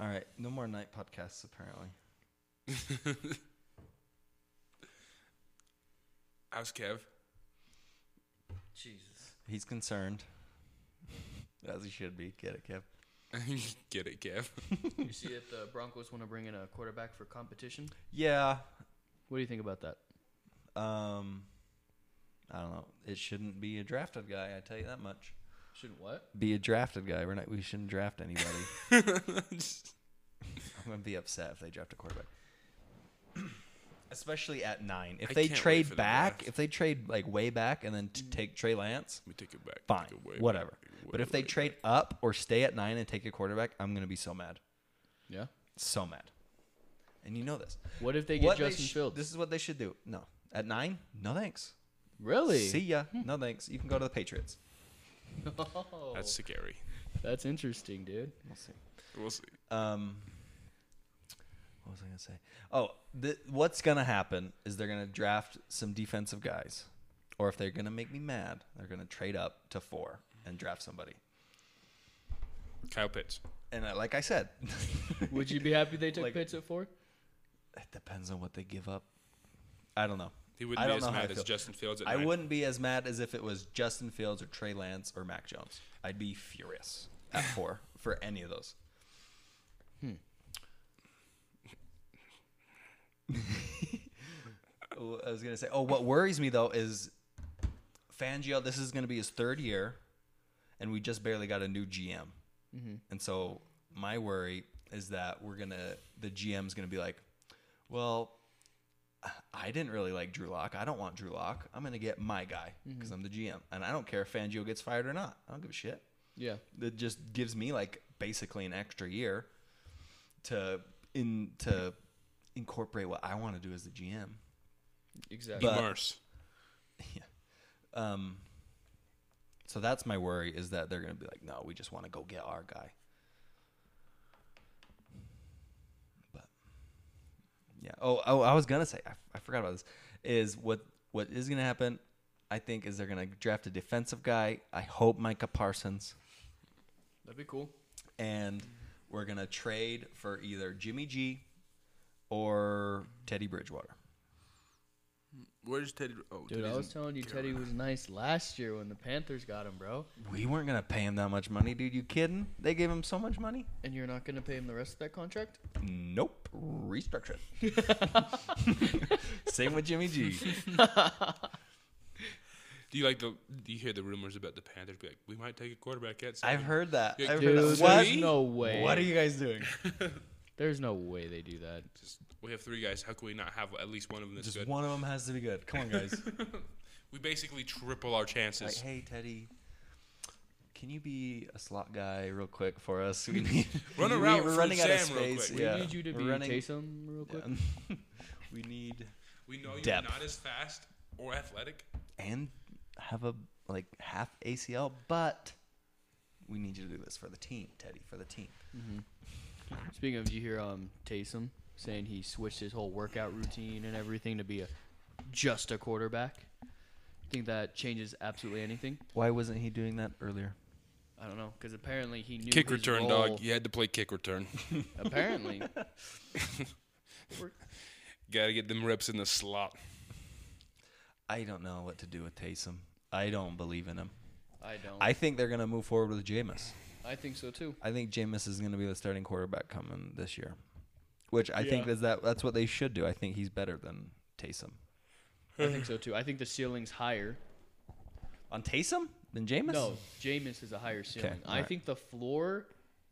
Speaker 3: All right, no more night podcasts apparently.
Speaker 1: How's Kev? (laughs)
Speaker 4: Jesus.
Speaker 3: He's concerned, (laughs) as he should be. Get it, Kev.
Speaker 1: Get it, Kev. (laughs)
Speaker 4: you see if the Broncos want to bring in a quarterback for competition?
Speaker 3: Yeah,
Speaker 4: What do you think about that?
Speaker 3: Um, I don't know. It shouldn't be a drafted guy. I tell you that much.
Speaker 4: Shouldn't what?
Speaker 3: Be a drafted guy. We're not. We shouldn't draft anybody. (laughs) I'm gonna be upset if they draft a quarterback. (clears throat) Especially at nine. If
Speaker 1: I
Speaker 3: they
Speaker 1: can't wait for
Speaker 3: trade
Speaker 1: the
Speaker 3: back,
Speaker 1: draft.
Speaker 3: if they trade like way back and then t- take Trey Lance,
Speaker 1: Let me take it back.
Speaker 3: fine,
Speaker 1: Take it way
Speaker 3: whatever.
Speaker 1: back,
Speaker 3: but
Speaker 1: way,
Speaker 3: if they
Speaker 1: way
Speaker 3: trade up or stay at nine and take a quarterback, I'm gonna be so mad,
Speaker 4: Yeah.
Speaker 3: so mad. And you know this.
Speaker 4: What if they get
Speaker 3: What
Speaker 4: Justin
Speaker 3: sh-
Speaker 4: Fields?
Speaker 3: This is what they should do. No, at nine, no thanks.
Speaker 4: really? (laughs) Hmm.
Speaker 3: See ya. No thanks. You can go to the Patriots.
Speaker 1: back. That's scary.
Speaker 4: That's interesting, dude.
Speaker 3: We'll see.
Speaker 1: We'll see.
Speaker 3: Um, what was I gonna say? Oh, th- what's gonna happen is they're gonna draft some defensive guys, or if they're gonna make me mad, they're gonna trade up to four and draft somebody.
Speaker 1: Kyle Pitts.
Speaker 3: And I, like I said,
Speaker 4: Would you be happy they took
Speaker 3: Like-
Speaker 4: Pitts at four?
Speaker 3: it depends on what they give up. I don't know.
Speaker 1: He wouldn't be
Speaker 3: I don't
Speaker 1: as
Speaker 3: know how I
Speaker 1: mad as
Speaker 3: feel.
Speaker 1: Justin Fields at
Speaker 3: I
Speaker 1: nine.
Speaker 3: wouldn't be as mad as if it was Justin Fields or Trey Lance or Mac Jones. I'd be furious
Speaker 1: (sighs)
Speaker 3: at four for any of those. Hmm. Oh, (laughs) I was gonna say. Oh, what worries me though is Fangio. This is gonna be his third year, and we just barely got a new GM. And so my worry is that we're gonna the GM's gonna be like, well, I didn't really like Drew Lock. I don't want Drew Lock. I'm gonna get my guy because I'm the GM, and I don't care if Fangio gets fired or not. I don't give a shit.
Speaker 4: Yeah.
Speaker 3: That just gives me like basically an extra year to in to incorporate what I want to do as the GM.
Speaker 4: Exactly.
Speaker 3: But-
Speaker 1: Mars.
Speaker 3: Um, so that's my worry is that they're gonna be like, no, we just want to go get our guy. But yeah. Oh, oh, I was gonna say, I, I forgot about this. Is what what is gonna happen? I think is they're gonna draft a defensive guy. I hope Micah Parsons,
Speaker 4: That'd be cool.
Speaker 3: and we're gonna trade for either Jimmy G or Teddy Bridgewater.
Speaker 2: Where's Teddy? Oh,
Speaker 4: Dude, I
Speaker 2: Teddy's
Speaker 4: was
Speaker 2: in-
Speaker 4: telling you Teddy was nice last year when the Panthers got him, bro.
Speaker 3: We weren't gonna pay him that much money, dude. You kidding? They gave him so much money.
Speaker 4: And you're not going to pay him the rest of that contract?
Speaker 3: Nope. Restructure it. (laughs) Same with Jimmy G.
Speaker 1: Do you like the? Do you hear the rumors about the Panthers? Be like, we might take a quarterback at.
Speaker 3: I've
Speaker 1: seven."
Speaker 3: heard that.
Speaker 1: Yeah,
Speaker 3: I've heard
Speaker 4: Dude,
Speaker 3: that.
Speaker 4: there's
Speaker 1: What?
Speaker 4: no way.
Speaker 3: What are you guys doing?
Speaker 4: There's no way they do that.
Speaker 1: Just- we have three guys. How can we not have at least one of them that's
Speaker 3: Just
Speaker 1: good?
Speaker 3: one of them has to be good. Come
Speaker 4: (laughs)
Speaker 3: on, guys.
Speaker 1: We basically triple our
Speaker 3: like,
Speaker 1: chances.
Speaker 3: hey, Teddy, can you be a slot guy real quick for us? We need
Speaker 4: (laughs)
Speaker 1: Run a
Speaker 3: (laughs) we-
Speaker 1: route
Speaker 3: We're
Speaker 1: for
Speaker 3: running out of
Speaker 1: Sam real
Speaker 3: space.
Speaker 1: quick.
Speaker 4: We
Speaker 3: Yeah.
Speaker 4: need you to
Speaker 3: We're
Speaker 4: be
Speaker 3: running-
Speaker 4: Taysom real quick.
Speaker 3: Yeah. (laughs) we need
Speaker 1: We know you're
Speaker 3: Depth.
Speaker 1: not as fast or athletic.
Speaker 3: and have a like half ACL, but we need you to do this for the team, Teddy, for the team. (laughs)
Speaker 4: Speaking of, did you hear um Taysom saying he switched his whole workout routine and everything to be a just a quarterback? You think that changes absolutely anything?
Speaker 3: Why wasn't he doing that earlier?
Speaker 4: I don't know, because apparently he knew
Speaker 1: Kick
Speaker 4: his
Speaker 1: return,
Speaker 4: role.
Speaker 1: dog. You had to play kick return. (laughs)
Speaker 4: Apparently,
Speaker 1: Gotta get them reps in the slot.
Speaker 3: I don't know what to do with Taysom. I don't believe in him.
Speaker 4: (laughs) I don't.
Speaker 3: I
Speaker 4: I,
Speaker 3: think they're going to move forward with Jameis.
Speaker 4: think so too.
Speaker 3: I think Jameis is going to be the starting quarterback coming this year, which I think
Speaker 4: Yeah.
Speaker 3: is that that's what they should do. I think he's better than Taysom.
Speaker 4: I think so too. I think the ceiling's higher.
Speaker 3: On Taysom than Jameis?
Speaker 4: No, Jameis is a higher ceiling. I
Speaker 3: alright.
Speaker 4: think the floor.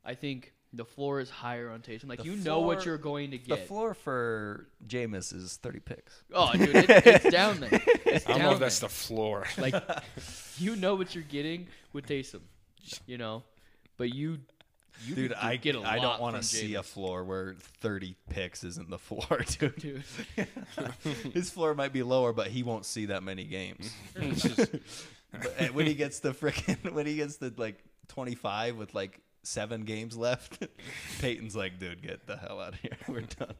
Speaker 4: I think the floor is higher on Taysom. Like
Speaker 3: The
Speaker 4: you know what
Speaker 3: floor-
Speaker 4: you're going to
Speaker 3: The
Speaker 4: get.
Speaker 3: floor for Jameis is 30 picks.
Speaker 4: oh, dude, it,
Speaker 3: (laughs)
Speaker 4: it's down there. It's
Speaker 1: I
Speaker 4: down
Speaker 1: don't know if that's
Speaker 4: there.
Speaker 1: the floor.
Speaker 4: Like you know what you're getting with Taysom, you know, but you you
Speaker 3: Dude,
Speaker 4: could
Speaker 3: I
Speaker 4: get a
Speaker 3: I don't
Speaker 4: lot
Speaker 3: want to
Speaker 4: from
Speaker 3: see a
Speaker 4: Jameis.
Speaker 3: floor where 30 picks isn't the floor, (laughs) dude.
Speaker 4: dude.
Speaker 3: (laughs) His floor might be lower, but he won't see that many games. (laughs) but and when he gets the frickin' (laughs) when he gets the like 25 with like seven games left, (laughs) Peyton's like, dude, get the hell out of here. (laughs) We're done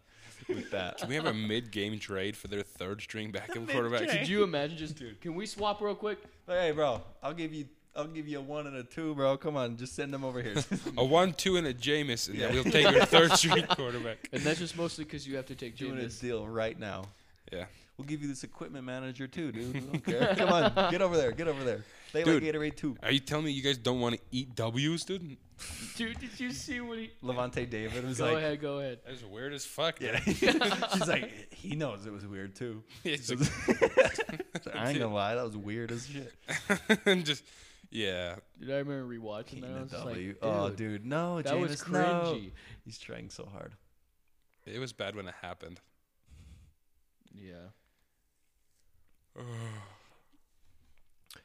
Speaker 3: with that.
Speaker 1: we
Speaker 3: (laughs)
Speaker 1: have a mid-game trade for their third-string backup quarterback.
Speaker 4: Could you imagine just can we swap real quick?
Speaker 3: Like, hey, bro, I'll give you I'll give you a one and a two, bro. Come on, just send them over here. (laughs)
Speaker 1: A one-two and a Jameis, and
Speaker 3: Yeah.
Speaker 1: then we'll take
Speaker 3: (laughs)
Speaker 1: your third-string quarterback.
Speaker 4: And that's just mostly because you have to take
Speaker 3: Doing a
Speaker 4: Jameis.
Speaker 3: deal right now.
Speaker 1: Yeah.
Speaker 3: We'll give you this equipment manager too, dude. I don't care. Come on, get over there, get over there. They
Speaker 1: Dude.
Speaker 3: like Gatorade too.
Speaker 1: Are you telling me you guys don't want to eat W's, dude?
Speaker 4: Dude, did you see what he?
Speaker 3: Levante David was
Speaker 4: Go
Speaker 3: like,
Speaker 4: ahead, go ahead.
Speaker 1: That's weird as fuck.
Speaker 3: Yeah. (laughs)
Speaker 1: dude.
Speaker 3: She's like, he knows it was weird too.
Speaker 1: (laughs) It's like-
Speaker 3: (laughs) I ain't gonna lie, that was weird
Speaker 4: (laughs)
Speaker 3: as shit.
Speaker 1: (laughs) and just yeah.
Speaker 4: Dude, I remember rewatching that. I was just like,
Speaker 3: W.
Speaker 4: dude,
Speaker 3: oh, dude, no,
Speaker 4: that was
Speaker 3: Jameis, no.
Speaker 4: cringy.
Speaker 3: He's trying so hard.
Speaker 1: It was bad when it happened.
Speaker 4: Yeah,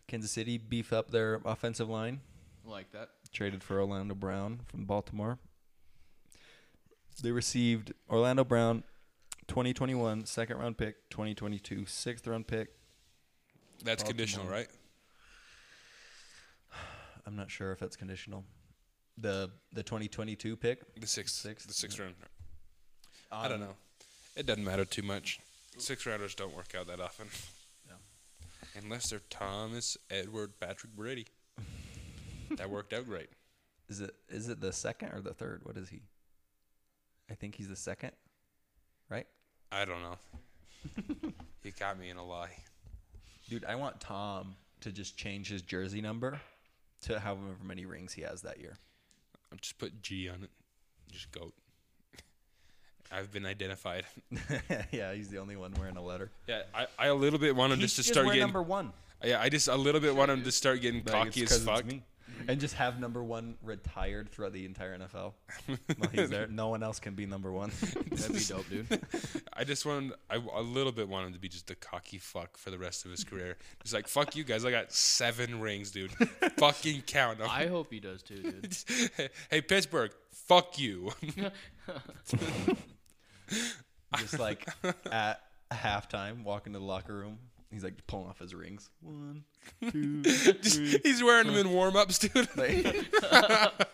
Speaker 3: Kansas City beef up their offensive line,
Speaker 4: like
Speaker 3: (laughs)
Speaker 4: that.
Speaker 3: traded for Orlando Brown from Baltimore. They received Orlando Brown, 2021 second round pick, 2022 sixth round pick.
Speaker 1: That's conditional, right?
Speaker 3: I'm not sure if that's conditional. The the 2022 pick.
Speaker 1: The sixth,
Speaker 3: Sixth, Um,
Speaker 1: the sixth round. I don't know. It doesn't matter too much. Six rounders don't work out that often.
Speaker 3: No.
Speaker 1: Unless they're Thomas Edward Patrick Brady. that worked out great.
Speaker 3: Is it is it the second or the third? What is he? I think he's the second, right? (laughs)
Speaker 1: I don't know. You got me in a lie.
Speaker 3: Dude, I want Tom to just change his jersey number to however many rings he has that year. (laughs)
Speaker 1: I'll just put G on it. Just goat. (laughs) I've been
Speaker 3: (laughs)
Speaker 1: identified.
Speaker 3: yeah, he's the only one wearing a letter.
Speaker 1: Yeah, I, I a little bit want him
Speaker 3: He's
Speaker 1: just to start
Speaker 3: wear
Speaker 1: getting.
Speaker 3: number one.
Speaker 1: yeah, I just a little bit want him to start getting
Speaker 3: Like,
Speaker 1: cocky
Speaker 3: it's
Speaker 1: as
Speaker 3: 'cause it's
Speaker 1: fuck.
Speaker 3: me. (laughs) And just have number one retired throughout the entire (laughs) NFL. While he's there, no one else can be number (laughs) one.
Speaker 4: That'd be dope, dude.
Speaker 1: I just want him, I a little bit want him to be just a cocky fuck for the rest of his career. Just like fuck you guys, I got seven rings,
Speaker 3: (laughs)
Speaker 1: dude. Fucking count them.
Speaker 4: I hope he does too, dude.
Speaker 1: (laughs) hey Pittsburgh, fuck you. (laughs)
Speaker 3: just like at halftime, walk into the locker room. He's like pulling off his rings. One, two,
Speaker 1: Just- he's wearing them in warm ups,
Speaker 3: (laughs)
Speaker 1: dude.
Speaker 3: like,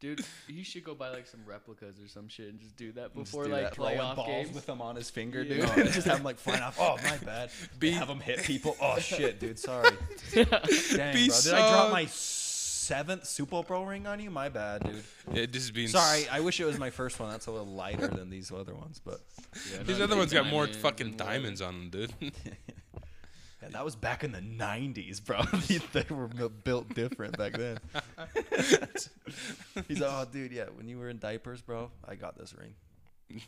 Speaker 4: Dude, you should go buy like some replicas or some shit and just do that
Speaker 3: just
Speaker 4: before
Speaker 3: do
Speaker 4: like
Speaker 3: that, throwing
Speaker 4: playoff
Speaker 3: balls
Speaker 4: games. (laughs)
Speaker 3: with him on his finger, dude.
Speaker 4: Yeah.
Speaker 3: just have him like flying off. Oh my (laughs) bad.
Speaker 1: Be-
Speaker 3: have him hit people. (laughs) Oh shit, dude. Sorry. (laughs) Dang,
Speaker 1: Be
Speaker 3: bro. Did I drop
Speaker 1: so-
Speaker 3: my seventh Super Bowl ring on you? My bad, dude.
Speaker 1: Yeah, just being
Speaker 3: Sorry. I wish it was my first one. That's a little lighter than these other ones, but
Speaker 1: These other ones got more fucking diamonds on them, dude.
Speaker 3: yeah, that was back in the '90s, bro. (laughs) they were bu- built different back (laughs) then. He's like, oh, dude, yeah. When you were in diapers, bro, I got this ring.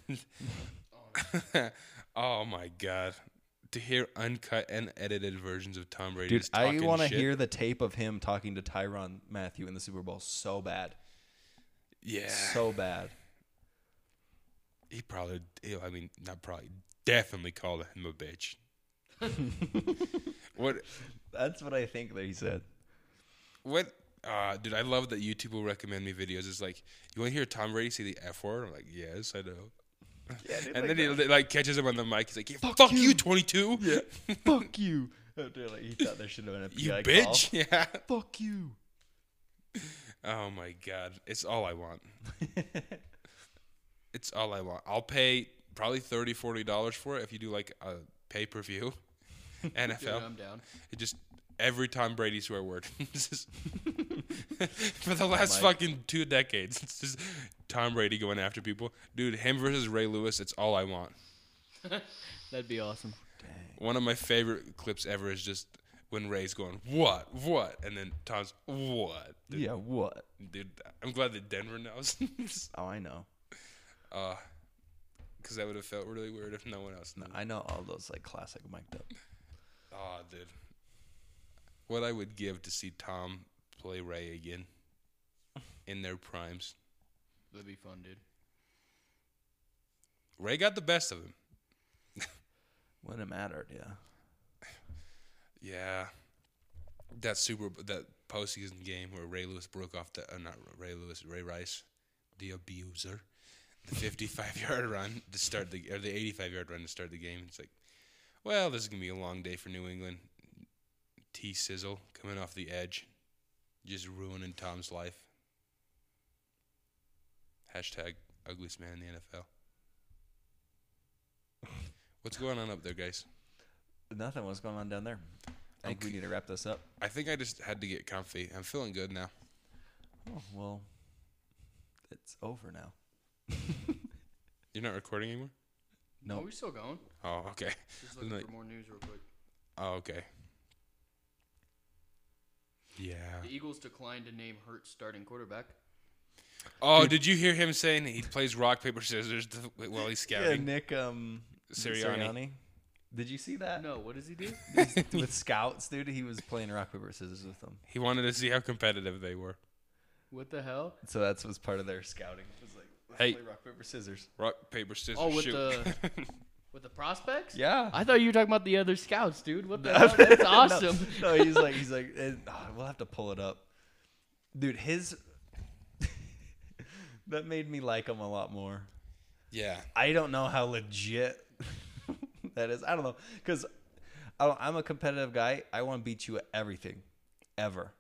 Speaker 1: (laughs)
Speaker 3: (laughs)
Speaker 1: oh my god. To hear uncut and edited versions of Tom Brady.
Speaker 3: Dude,
Speaker 1: just
Speaker 3: I
Speaker 1: talking
Speaker 3: want to
Speaker 1: shit.
Speaker 3: hear the tape of him talking to Tyron Matthew in the Super Bowl so bad,
Speaker 1: Yeah.
Speaker 3: so bad.
Speaker 1: he probably, ew, I mean, not probably, definitely called him a (laughs) bitch. what,
Speaker 3: That's what I think that he said.
Speaker 1: what, uh, dude, I love that YouTube will recommend me videos. It's like, you want to hear Tom Brady say the F word? I'm like, yes, I know. and then he li- like catches him on the mic. He's like, yeah, fuck, you, 22. (laughs) Yeah.
Speaker 3: Fuck you. Oh, dude, like, he thought there should have been a
Speaker 1: you
Speaker 3: PI call.
Speaker 1: bitch. (laughs) Yeah.
Speaker 3: Fuck you.
Speaker 1: Oh my god, it's all I (laughs) want. it's all I want. I'll pay probably 30 dollars for it if you do like a pay per (laughs) view. NFL.
Speaker 4: Dude, I'm down.
Speaker 1: It just every Tom Brady swear word. (laughs) It's just- for the last
Speaker 3: Mike.
Speaker 1: fucking two decades, it's just Tom Brady going after people. Dude, him versus Ray Lewis. It's all I want.
Speaker 4: That'd be awesome.
Speaker 1: One of my favorite clips ever is just when Ray's going what what, and then Tom's what. Dude,
Speaker 3: Yeah, what?
Speaker 1: dude I'm glad that Denver knows. (laughs)
Speaker 3: Oh, I know.
Speaker 1: Uh 'cause because that would have felt really weird if no one else knew.
Speaker 3: I know all those like classic mic'd up.
Speaker 1: Aw, dude. What I would give to see Tom play Ray again in their primes.
Speaker 4: That'd be fun, dude.
Speaker 1: Ray got the best of him.
Speaker 3: Wouldn't have mattered, yeah.
Speaker 1: Yeah. That Super that postseason game where Ray Lewis broke off the uh, not Ray Lewis Ray Rice, the abuser, the fifty-five (laughs) yard run to start the or the eighty-five yard run to start the game. It's like, well, this is gonna be a long day for New England. T Sizzle coming off the edge, just ruining Tom's life. Hashtag ugliest man in the NFL. What's going on up there, guys?
Speaker 3: Nothing. What's going on down there? I think we need to wrap this up.
Speaker 1: I think I just had to get comfy. I'm feeling good now.
Speaker 3: Oh, well, it's over now.
Speaker 1: You're not recording anymore?
Speaker 3: No.
Speaker 4: Are we still going?
Speaker 1: Oh, okay.
Speaker 4: Just
Speaker 1: looking
Speaker 4: looking
Speaker 1: Like- for
Speaker 4: for more news real quick.
Speaker 1: Oh, okay. Yeah.
Speaker 3: Uh.
Speaker 4: The Eagles declined to name Hurts starting quarterback.
Speaker 1: Oh, did you hear him saying he plays rock, paper, scissors to- while he's
Speaker 3: Yeah,
Speaker 1: scouting?
Speaker 3: Nick um,
Speaker 1: Sirianni.
Speaker 3: Did you see that?
Speaker 4: No, what does he
Speaker 3: (laughs)
Speaker 4: do?
Speaker 3: with scouts, dude. He was playing rock paper scissors with them.
Speaker 1: He wanted to see how competitive they were.
Speaker 4: What the hell?
Speaker 3: So that's was part of their scouting. Was like, let's
Speaker 1: Hey.
Speaker 3: play rock paper scissors.
Speaker 1: Rock, paper, scissors,
Speaker 4: Oh, with
Speaker 1: shoot.
Speaker 4: the with the prospects?
Speaker 3: Yeah. (laughs)
Speaker 4: I thought you were talking about the other scouts, dude. What the hell? That's awesome.
Speaker 3: (laughs) no, he's like, he's like, eh, ah, we'll have to pull it up, dude. His (laughs) that made me like him a lot more.
Speaker 1: (laughs) yeah.
Speaker 3: I don't know how legit (laughs) that is. I don't know because I'm a competitive guy. I want to beat you at everything, ever.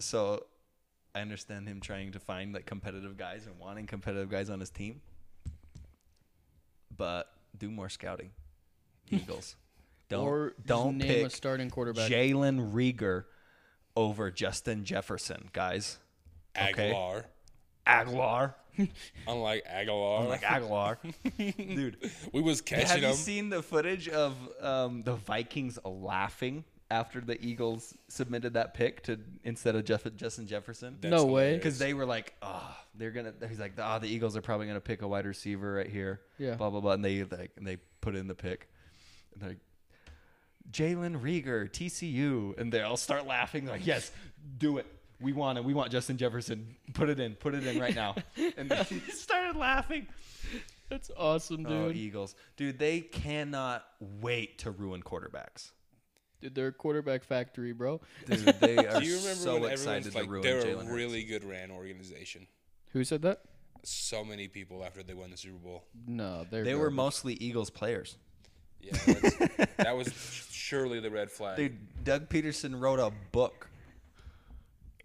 Speaker 3: So I understand him trying to find like competitive guys and wanting competitive guys on his team. But do
Speaker 4: (laughs)
Speaker 3: more scouting, Eagles. Don't don't
Speaker 4: name a
Speaker 3: pick
Speaker 4: starting quarterback.
Speaker 3: Jalen Rieger over Justin Jefferson, guys. Okay.
Speaker 1: Aguilar.
Speaker 4: (laughs)
Speaker 3: Aguilar.
Speaker 1: Unlike Aguilar,
Speaker 3: Like Aguilar. Dude.
Speaker 1: we was
Speaker 3: Oh Have
Speaker 1: catching
Speaker 3: you
Speaker 1: him.
Speaker 3: seen the footage of um, the Vikings laughing after the Eagles submitted that pick to instead of Jeff- Justin Jefferson?
Speaker 1: That's
Speaker 4: No way.
Speaker 3: Because they were like, oh, they're gonna. He's like, ah, the Eagles are probably gonna pick a wide receiver right here.
Speaker 4: Yeah.
Speaker 3: Blah blah blah, and they like and they put in the pick, and they're like, Jalen Rieger, TCU, and they all start laughing like, yes, do it. We want it. We want Justin Jefferson. Put it in. Put it in
Speaker 4: (laughs)
Speaker 3: right now. and they (laughs) started laughing.
Speaker 4: That's awesome, dude.
Speaker 3: Oh, Eagles, dude, they cannot wait to ruin quarterbacks.
Speaker 4: dude, they're a quarterback factory, bro.
Speaker 3: Dude, (laughs) they are
Speaker 1: Do you remember
Speaker 3: so
Speaker 1: when
Speaker 3: excited
Speaker 1: everyone's
Speaker 3: to
Speaker 1: like,
Speaker 3: ruin
Speaker 1: they're
Speaker 3: Jalen.
Speaker 1: a
Speaker 3: Hurts.
Speaker 1: really good ran organization?
Speaker 4: Who said that?
Speaker 1: So many people after they won the Super Bowl.
Speaker 4: No, they're
Speaker 3: They were
Speaker 4: garbage.
Speaker 3: mostly Eagles players.
Speaker 1: Yeah, that's,
Speaker 3: (laughs)
Speaker 1: that was surely the red flag.
Speaker 3: Dude, Doug Peterson wrote a book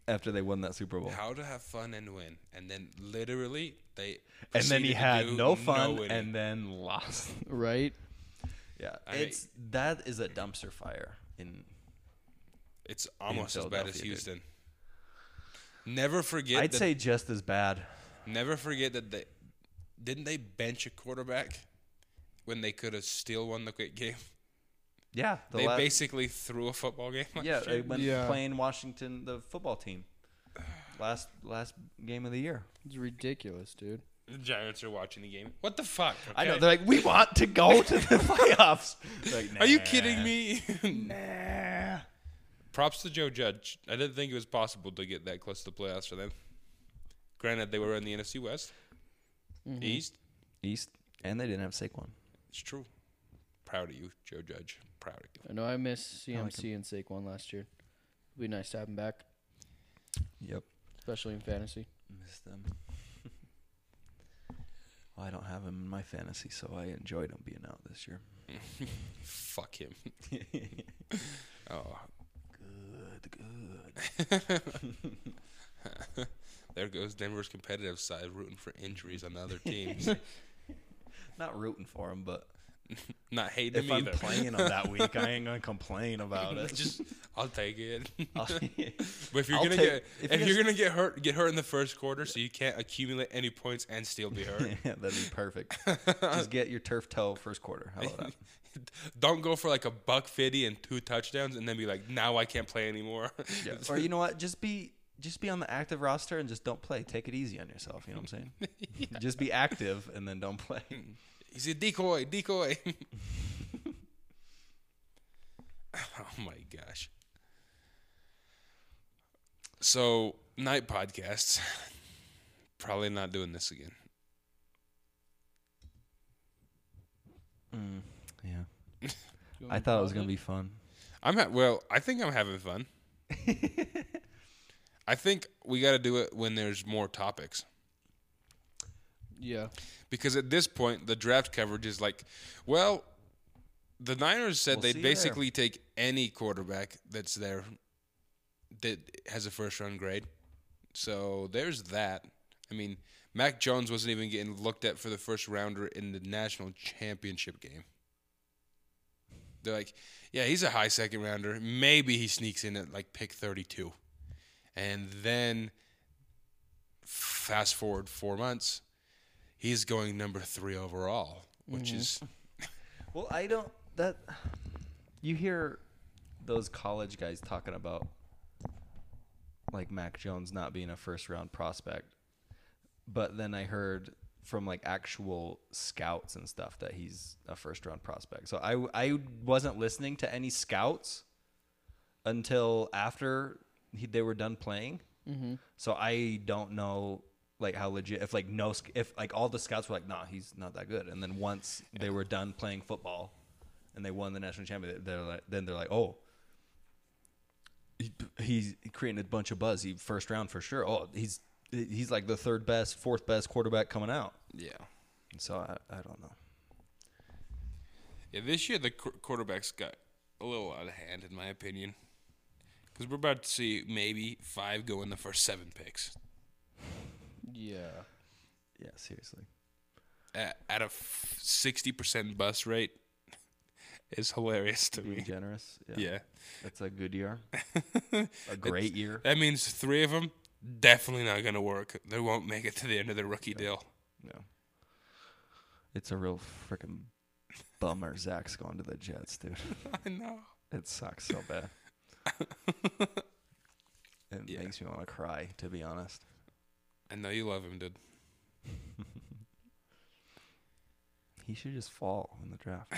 Speaker 3: after they won that Super Bowl.
Speaker 1: How to have fun and win, and then literally they
Speaker 3: And then
Speaker 1: proceeded
Speaker 3: he
Speaker 1: to
Speaker 3: had
Speaker 1: do
Speaker 3: no fun
Speaker 1: winning.
Speaker 3: and then (laughs) lost.
Speaker 4: right.
Speaker 3: yeah.
Speaker 1: I mean-
Speaker 3: it's that is a dumpster fire in
Speaker 1: it's almost as bad as
Speaker 3: Philadelphia, dude.
Speaker 1: Houston. Never forget.
Speaker 3: I'd
Speaker 1: that,
Speaker 3: say just as bad.
Speaker 1: never forget that they didn't they bench a quarterback when they could have still won the great game.
Speaker 3: Yeah. The
Speaker 1: they
Speaker 3: last,
Speaker 1: basically threw a football game. last
Speaker 3: yeah,
Speaker 1: year.
Speaker 3: they went
Speaker 4: Yeah.
Speaker 3: playing Washington the football team. Last last game of the year.
Speaker 4: It's ridiculous, dude.
Speaker 1: the Giants are watching the game. What the fuck?
Speaker 3: I know
Speaker 1: okay?
Speaker 3: they're like, we want to
Speaker 1: (laughs)
Speaker 3: go to the playoffs. Like,
Speaker 1: Are you
Speaker 3: nah.
Speaker 1: kidding me? (laughs)
Speaker 3: Nah.
Speaker 1: Props to Joe Judge. I didn't think it was possible to get that close to the playoffs for them. Granted, they were in the NFC West,
Speaker 3: Mm-hmm.
Speaker 1: East.
Speaker 3: East, and they didn't have Saquon.
Speaker 1: It's true. Proud of you, Joe Judge. Proud of you.
Speaker 4: I know I miss CMC and Saquon last year. It'd be nice to have him back,
Speaker 3: Yep.
Speaker 4: especially in fantasy.
Speaker 3: Miss
Speaker 1: (laughs)
Speaker 3: them. well, I don't have him in my fantasy, so I enjoyed him being out this year.
Speaker 1: Fuck
Speaker 3: (laughs)
Speaker 1: him. oh,
Speaker 3: Good, good.
Speaker 1: there goes Denver's competitive side rooting for injuries on the
Speaker 3: (laughs)
Speaker 1: other teams.
Speaker 3: (laughs) Not rooting for him, but
Speaker 1: Not hating
Speaker 3: if
Speaker 1: them
Speaker 3: I'm
Speaker 1: either. (laughs)
Speaker 3: playing him that week, I ain't gonna complain about it.
Speaker 1: Just, I'll take it.
Speaker 3: (laughs) I'll-
Speaker 1: (laughs) But if you're
Speaker 3: I'll
Speaker 1: gonna
Speaker 3: take-
Speaker 1: get
Speaker 3: if
Speaker 1: if,
Speaker 3: you
Speaker 1: you're,
Speaker 3: guys-
Speaker 1: gonna get hurt, get hurt in the first quarter, so you can't accumulate any points and still be hurt.
Speaker 3: (laughs) Yeah, that'd be perfect. Just get your turf toe first quarter. How about that?
Speaker 1: (laughs) Don't go for like a buck fifty and two touchdowns, and then be like, now I can't play anymore. (laughs)
Speaker 3: Or you know what? Just be just be on the active roster and just don't play. Take it easy on yourself. You know what I'm saying? Just be active and then don't play.
Speaker 1: He's a decoy, decoy. (laughs) oh my gosh. So night podcasts. (sighs) Probably not doing this again.
Speaker 3: Yeah. I thought it was gonna be fun.
Speaker 1: I'm ha- well. I think I'm having fun. I think we got to do it when there's more topics.
Speaker 4: Yeah.
Speaker 1: because at this point the draft coverage is like, well, the Niners said
Speaker 3: We'll see
Speaker 1: they'd
Speaker 3: you there.
Speaker 1: basically take any quarterback that's there that has a first round grade. So there's that. I mean, Mac Jones wasn't even getting looked at for the first rounder in the national championship game. They're like, yeah, he's a high second rounder. Maybe he sneaks in at like pick 32. And then fast forward four months, he's going number three overall, which is
Speaker 3: Well, I don't that you hear those college guys talking about like Mac Jones not being a first round prospect. But then I heard from like actual scouts and stuff that he's a first round prospect. So I I wasn't listening to any scouts until after he, they were done playing. So I don't know like how legit if like no sc- if like all the scouts were like nah he's not that good and then once they were done playing football and they won the national championship they're like then they're like oh he, he's creating a bunch of buzz he first round for sure oh he's he's like the third best fourth best quarterback coming out
Speaker 1: yeah.
Speaker 3: so I, I don't know
Speaker 1: Yeah, this year the qu- quarterbacks got a little out of hand, in my opinion, because we're about to see maybe five go in the first seven picks
Speaker 4: Yeah.
Speaker 3: yeah seriously
Speaker 1: at, at a sixty percent bust rate. (laughs) Is hilarious to
Speaker 3: being
Speaker 1: me.
Speaker 3: generous
Speaker 1: Yeah,
Speaker 3: (laughs) that's a good year a great year
Speaker 1: that means three of them definitely not going to work. They won't make it to the end of their rookie deal.
Speaker 3: No. It's a real freaking bummer Zach's going to the Jets, dude.
Speaker 1: (laughs) I know.
Speaker 3: It sucks so
Speaker 1: (laughs)
Speaker 3: bad. it
Speaker 1: Yeah.
Speaker 3: makes me want to cry, to be honest.
Speaker 1: I know you love him, dude.
Speaker 3: He should just fall in the draft.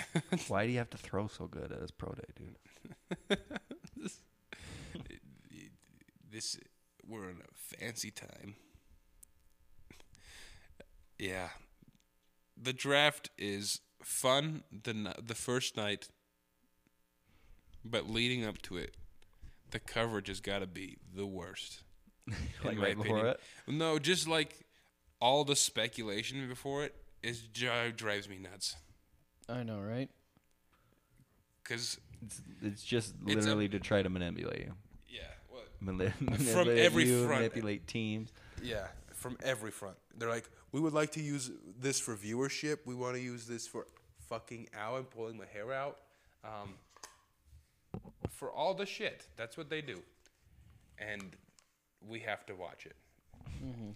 Speaker 3: Why do you have to throw so good at his pro day,
Speaker 1: (laughs)
Speaker 3: dude?
Speaker 1: This we're in a fancy time. Yeah, the draft is fun the n- the first night, but leading up to it, the coverage has got to be the worst.
Speaker 3: Like
Speaker 1: my
Speaker 3: right before
Speaker 1: opinion.
Speaker 3: it?
Speaker 1: No, just like all the speculation before it is dri- drives me nuts.
Speaker 4: I know,
Speaker 3: (laughs)
Speaker 4: right?
Speaker 1: Cause
Speaker 3: It's, it's just
Speaker 1: a-
Speaker 3: literally to try to manipulate you. (laughs)
Speaker 1: yeah, what
Speaker 3: Mani- manipulate
Speaker 1: From every
Speaker 3: you,
Speaker 1: front.
Speaker 3: Manipulate teams.
Speaker 2: Yeah, from every front. They're like, we would like to use this for viewership. We want to use this for fucking ow, I'm pulling my hair out.
Speaker 1: um, for all the shit. That's what they do, and we have to watch it
Speaker 3: Mm-hmm.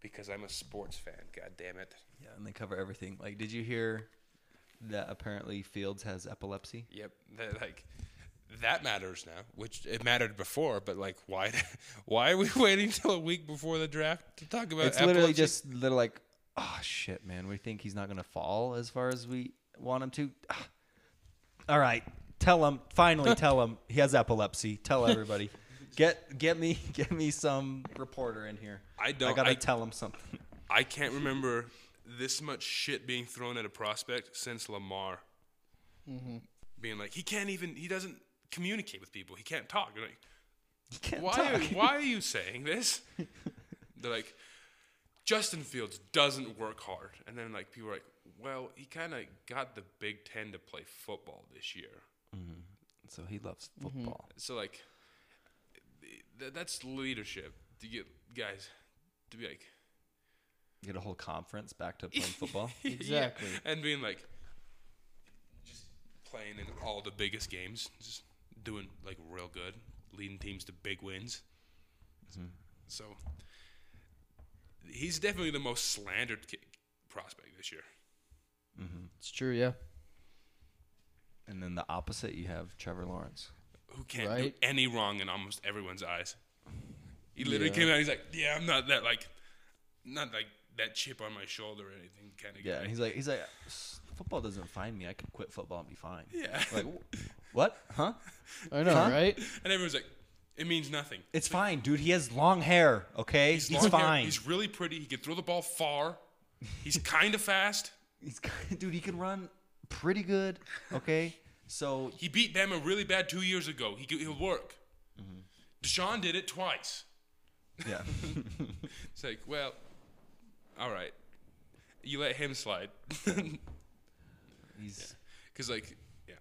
Speaker 1: because I'm a sports fan. God damn it.
Speaker 3: Yeah, and they cover everything. Like, did you hear that apparently Fields has epilepsy?
Speaker 1: Yep, they're like that matters now, which it mattered before. But like, why? (laughs) Why are we waiting till a week before the draft to talk about?
Speaker 3: it's literally
Speaker 1: epilepsy?
Speaker 3: just they're like, oh shit, man, we think he's not gonna fall as far as we want him to. Ah. All right, tell him.
Speaker 1: (laughs)
Speaker 3: Finally, tell him he has epilepsy. Tell everybody. get get me (laughs) get me some reporter in here.
Speaker 1: I don't-
Speaker 3: I gotta
Speaker 1: I-
Speaker 3: tell him something. (laughs)
Speaker 1: I can't remember this much shit being thrown at a prospect since Lamar. Mm-hmm. Being like, he can't even, he doesn't communicate with people. He can't talk. They're like,
Speaker 3: You can't
Speaker 1: why,
Speaker 3: talk.
Speaker 1: Are, why are you saying this? (laughs) They're like, Justin Fields doesn't work hard. And then like people are like, well, he kind of got the Big Ten to play football this year.
Speaker 3: So he loves
Speaker 1: Mm-hmm.
Speaker 3: football.
Speaker 1: So like, th- that's leadership to get guys to be like,
Speaker 3: Get a whole conference back to playing
Speaker 1: (laughs)
Speaker 3: football.
Speaker 1: Yeah,
Speaker 4: Exactly.
Speaker 1: And being like, just playing in all the biggest games, just doing like real good, leading teams to big wins.
Speaker 4: Mm-hmm.
Speaker 1: So he's definitely the most slandered ki- prospect this year.
Speaker 4: It's true, yeah.
Speaker 3: And then the opposite, you have Trevor Lawrence.
Speaker 1: Who can't do
Speaker 4: Right.
Speaker 1: any wrong in almost everyone's eyes. He literally
Speaker 4: Yeah.
Speaker 1: came out. He's like, "Yeah, I'm not that like, not like that chip on my shoulder or anything kind of
Speaker 3: Yeah,
Speaker 1: guy."
Speaker 3: and he's like, he's like, "S- football doesn't find me. I could quit football and be fine.
Speaker 1: (laughs) yeah,
Speaker 3: Like, wh- what? Huh?
Speaker 4: I know,
Speaker 3: Huh?
Speaker 4: right?
Speaker 1: and everyone's like, "It means nothing."
Speaker 3: It's fine, dude. He has long hair. Okay, he's,
Speaker 1: long hair,
Speaker 3: fine.
Speaker 1: He's really pretty. He can throw the ball far. He's kind of fast.
Speaker 3: He's (laughs) kinda- dude. He can run pretty good. Okay, (laughs) so
Speaker 1: He beat Bama really bad two years ago. He could, he'll work.
Speaker 3: Mm-hmm.
Speaker 1: Deshaun did it twice.
Speaker 3: (laughs) yeah,
Speaker 1: It's like, well, all right, you let him
Speaker 3: (laughs)
Speaker 1: slide.
Speaker 3: he's
Speaker 1: Because like, yeah,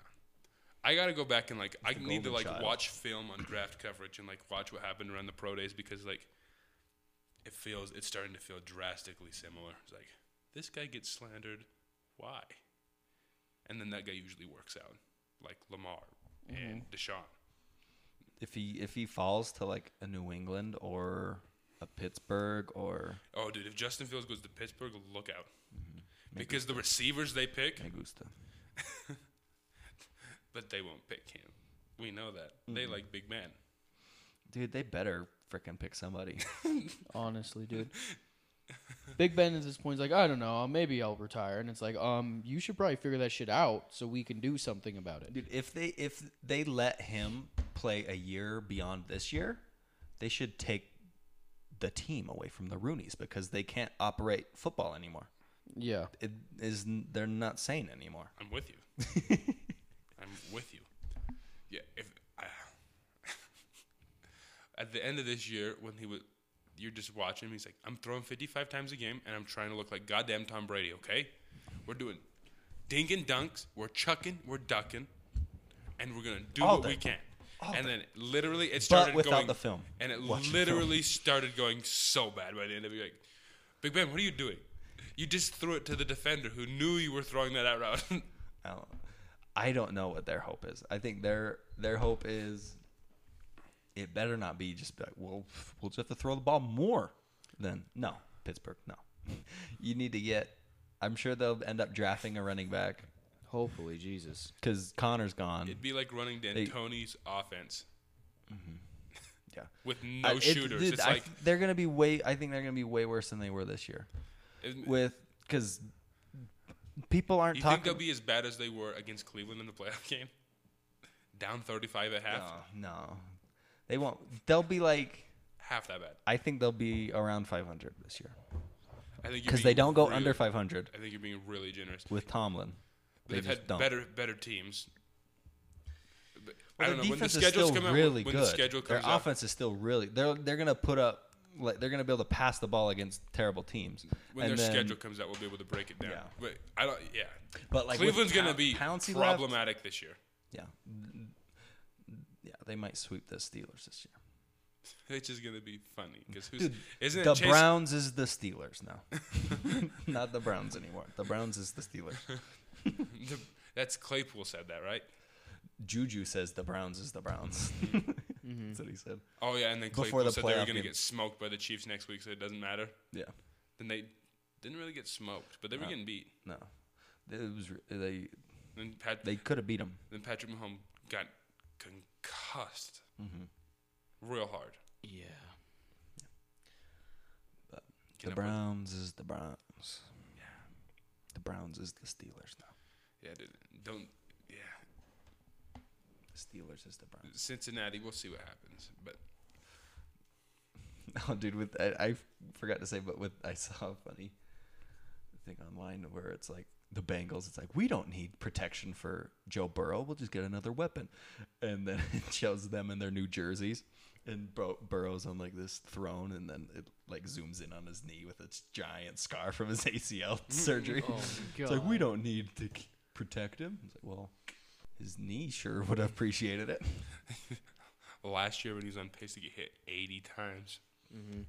Speaker 1: I gotta go back and like, I need to
Speaker 3: golden
Speaker 1: like
Speaker 3: child.
Speaker 1: watch film on draft coverage and like watch what happened around the pro days because like, it feels it's starting to feel drastically similar. It's like this guy gets slandered, why? And then that guy usually works out, like Lamar
Speaker 3: Mm-hmm.
Speaker 1: and Deshaun.
Speaker 3: if he if he falls to like a New England or a Pittsburgh or
Speaker 1: Oh, dude, if Justin Fields goes to Pittsburgh, look out.
Speaker 3: Mm-hmm.
Speaker 1: Because the receivers they pick,
Speaker 3: Me Gusta,
Speaker 1: but they won't pick him. We know that. They
Speaker 3: Mm-hmm.
Speaker 1: like big man.
Speaker 3: dude, they better freaking pick somebody. (laughs)
Speaker 4: Honestly, dude. Big Ben at this point is like, I don't know, uh, maybe I'll retire. And it's like, um, you should probably figure that shit out so we can do something about it.
Speaker 3: dude, if they if they let him play a year beyond this year, they should take the team away from the Roonies because they can't operate football anymore.
Speaker 4: Yeah.
Speaker 3: It is they're not sane anymore.
Speaker 1: I'm with you. (laughs) I'm with you. Yeah, if I, (laughs) at the end of this year when he was you're just watching him, he's like, I'm throwing 55 times a game and I'm trying to look like goddamn Tom Brady, okay? We're doing dink and dunks, we're chucking, we're ducking, and we're going to do
Speaker 3: All
Speaker 1: what we
Speaker 3: day.
Speaker 1: can. and then literally it started
Speaker 3: But without
Speaker 1: going
Speaker 3: the film.
Speaker 1: and it
Speaker 3: Watch the film.
Speaker 1: literally started going so bad by the end of it. Like, Big Ben, what are you doing? You just threw it to the defender who knew you were throwing that out (laughs) route.
Speaker 3: I don't, I don't know what their hope is. I think their their hope is it better not be just be like, well, pff, we'll just have to throw the ball more. Then no, Pittsburgh, no. (laughs) you need to get. I'm sure they'll end up drafting a running back
Speaker 4: Hopefully, Jesus.
Speaker 3: because Connor's gone.
Speaker 1: It'd be like running
Speaker 3: Hmm.
Speaker 1: D'Antoni's offense
Speaker 3: yeah.
Speaker 1: with no
Speaker 3: I- it-
Speaker 1: shooters.
Speaker 3: dude,
Speaker 1: it's
Speaker 3: I-
Speaker 1: like
Speaker 3: they're gonna be way. I think they're gonna be way worse than they were this year.
Speaker 1: it-
Speaker 3: With because people aren't
Speaker 1: you think
Speaker 3: talking.
Speaker 1: they'll be as bad as they were against Cleveland in the playoff (laughs) game? Down 35 at half,
Speaker 3: no, no, they won't. They'll be like.
Speaker 1: half that bad.
Speaker 3: I think they'll be around 500 this year
Speaker 1: I think you're
Speaker 3: because they
Speaker 1: being
Speaker 3: don't go
Speaker 1: really-
Speaker 3: under 500
Speaker 1: I think you're being really generous.
Speaker 3: with Tomlin. They
Speaker 1: They've
Speaker 3: just
Speaker 1: had
Speaker 3: don't.
Speaker 1: better better teams. But, I don't
Speaker 3: Well, their
Speaker 1: know when the
Speaker 3: defense is
Speaker 1: schedules
Speaker 3: still
Speaker 1: come out.
Speaker 3: really
Speaker 1: when
Speaker 3: good.
Speaker 1: the schedule comes
Speaker 3: their
Speaker 1: out,
Speaker 3: offense is still really. They're they're gonna put up. Like they're gonna be able to pass the ball against terrible teams.
Speaker 1: when
Speaker 3: and
Speaker 1: their
Speaker 3: then,
Speaker 1: schedule comes out, we'll be able to break it down.
Speaker 3: Yeah.
Speaker 1: But I don't. Yeah,
Speaker 3: but like with
Speaker 1: Cleveland's gonna
Speaker 3: Poun-
Speaker 1: be
Speaker 3: Pouncey left,
Speaker 1: problematic this year. (laughs)
Speaker 3: yeah, yeah, they might sweep the Steelers this year.
Speaker 1: It's just gonna be funny because who's
Speaker 3: Dude,
Speaker 1: isn't
Speaker 3: the
Speaker 1: it Chase?
Speaker 3: Browns is the Steelers now, (laughs) not the Browns anymore. The Browns is the
Speaker 1: (laughs)
Speaker 3: Steelers.
Speaker 1: the- that's Claypool said that right?
Speaker 3: Juju says the Browns is the Browns. (laughs) That's what he said.
Speaker 1: Oh yeah, and then
Speaker 3: Before
Speaker 1: Claypool
Speaker 3: the
Speaker 1: said they were
Speaker 3: playoff
Speaker 1: gonna
Speaker 3: game.
Speaker 1: get smoked by the Chiefs next week, so it doesn't matter.
Speaker 3: Yeah,
Speaker 1: Then they didn't really get smoked, but they were getting beat.
Speaker 3: no, it was they
Speaker 1: Then Pat,
Speaker 3: they could have beat them.
Speaker 1: then Patrick Mahomes got concussed
Speaker 3: Mm-hmm.
Speaker 1: real hard.
Speaker 4: Yeah.
Speaker 1: Can
Speaker 3: The
Speaker 1: I put-
Speaker 3: Browns is the Browns. Yeah, the Browns is the Steelers now.
Speaker 1: Yeah, dude, don't. Yeah,
Speaker 3: The Steelers is the (laughs) Browns.
Speaker 1: Cincinnati. We'll see what happens. But
Speaker 3: Oh, dude, with I, I forgot to say, but with I saw a funny thing online where it's like the Bengals. It's like we don't need protection for Joe Burrow. We'll just get another weapon, and then (laughs) it shows them in their new jerseys, and Bro- Burrow's on like this throne, and then it like zooms in on his knee with its giant scar from his (laughs) ACL surgery.
Speaker 4: Oh,
Speaker 3: (laughs) It's like we
Speaker 4: God.
Speaker 3: don't need to k- protect him. It's like well. His knee sure would have appreciated it.
Speaker 1: last year when he was on pace to get hit 80 times,
Speaker 3: Mm-hmm.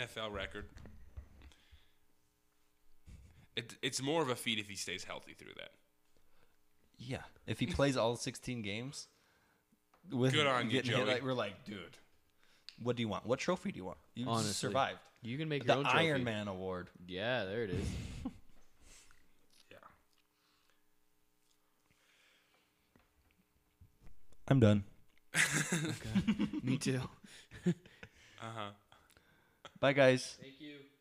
Speaker 1: (laughs) NFL record. It, it's more of a feat if he stays healthy through that.
Speaker 3: Yeah, if he plays all 16 games, with
Speaker 1: Good on you,
Speaker 3: getting hit,
Speaker 1: Joey.
Speaker 3: like, we're like, dude, what do you want? What trophy do you want? You
Speaker 4: Honestly.
Speaker 3: survived
Speaker 4: You can make
Speaker 3: the
Speaker 4: your own
Speaker 3: Iron
Speaker 4: trophy.
Speaker 3: Man award.
Speaker 4: Yeah, there it is.
Speaker 1: Yeah.
Speaker 4: (laughs)
Speaker 3: I'm done.
Speaker 4: Me too.
Speaker 1: (laughs) Uh huh. Uh-huh.
Speaker 3: Bye, guys.
Speaker 4: Thank you.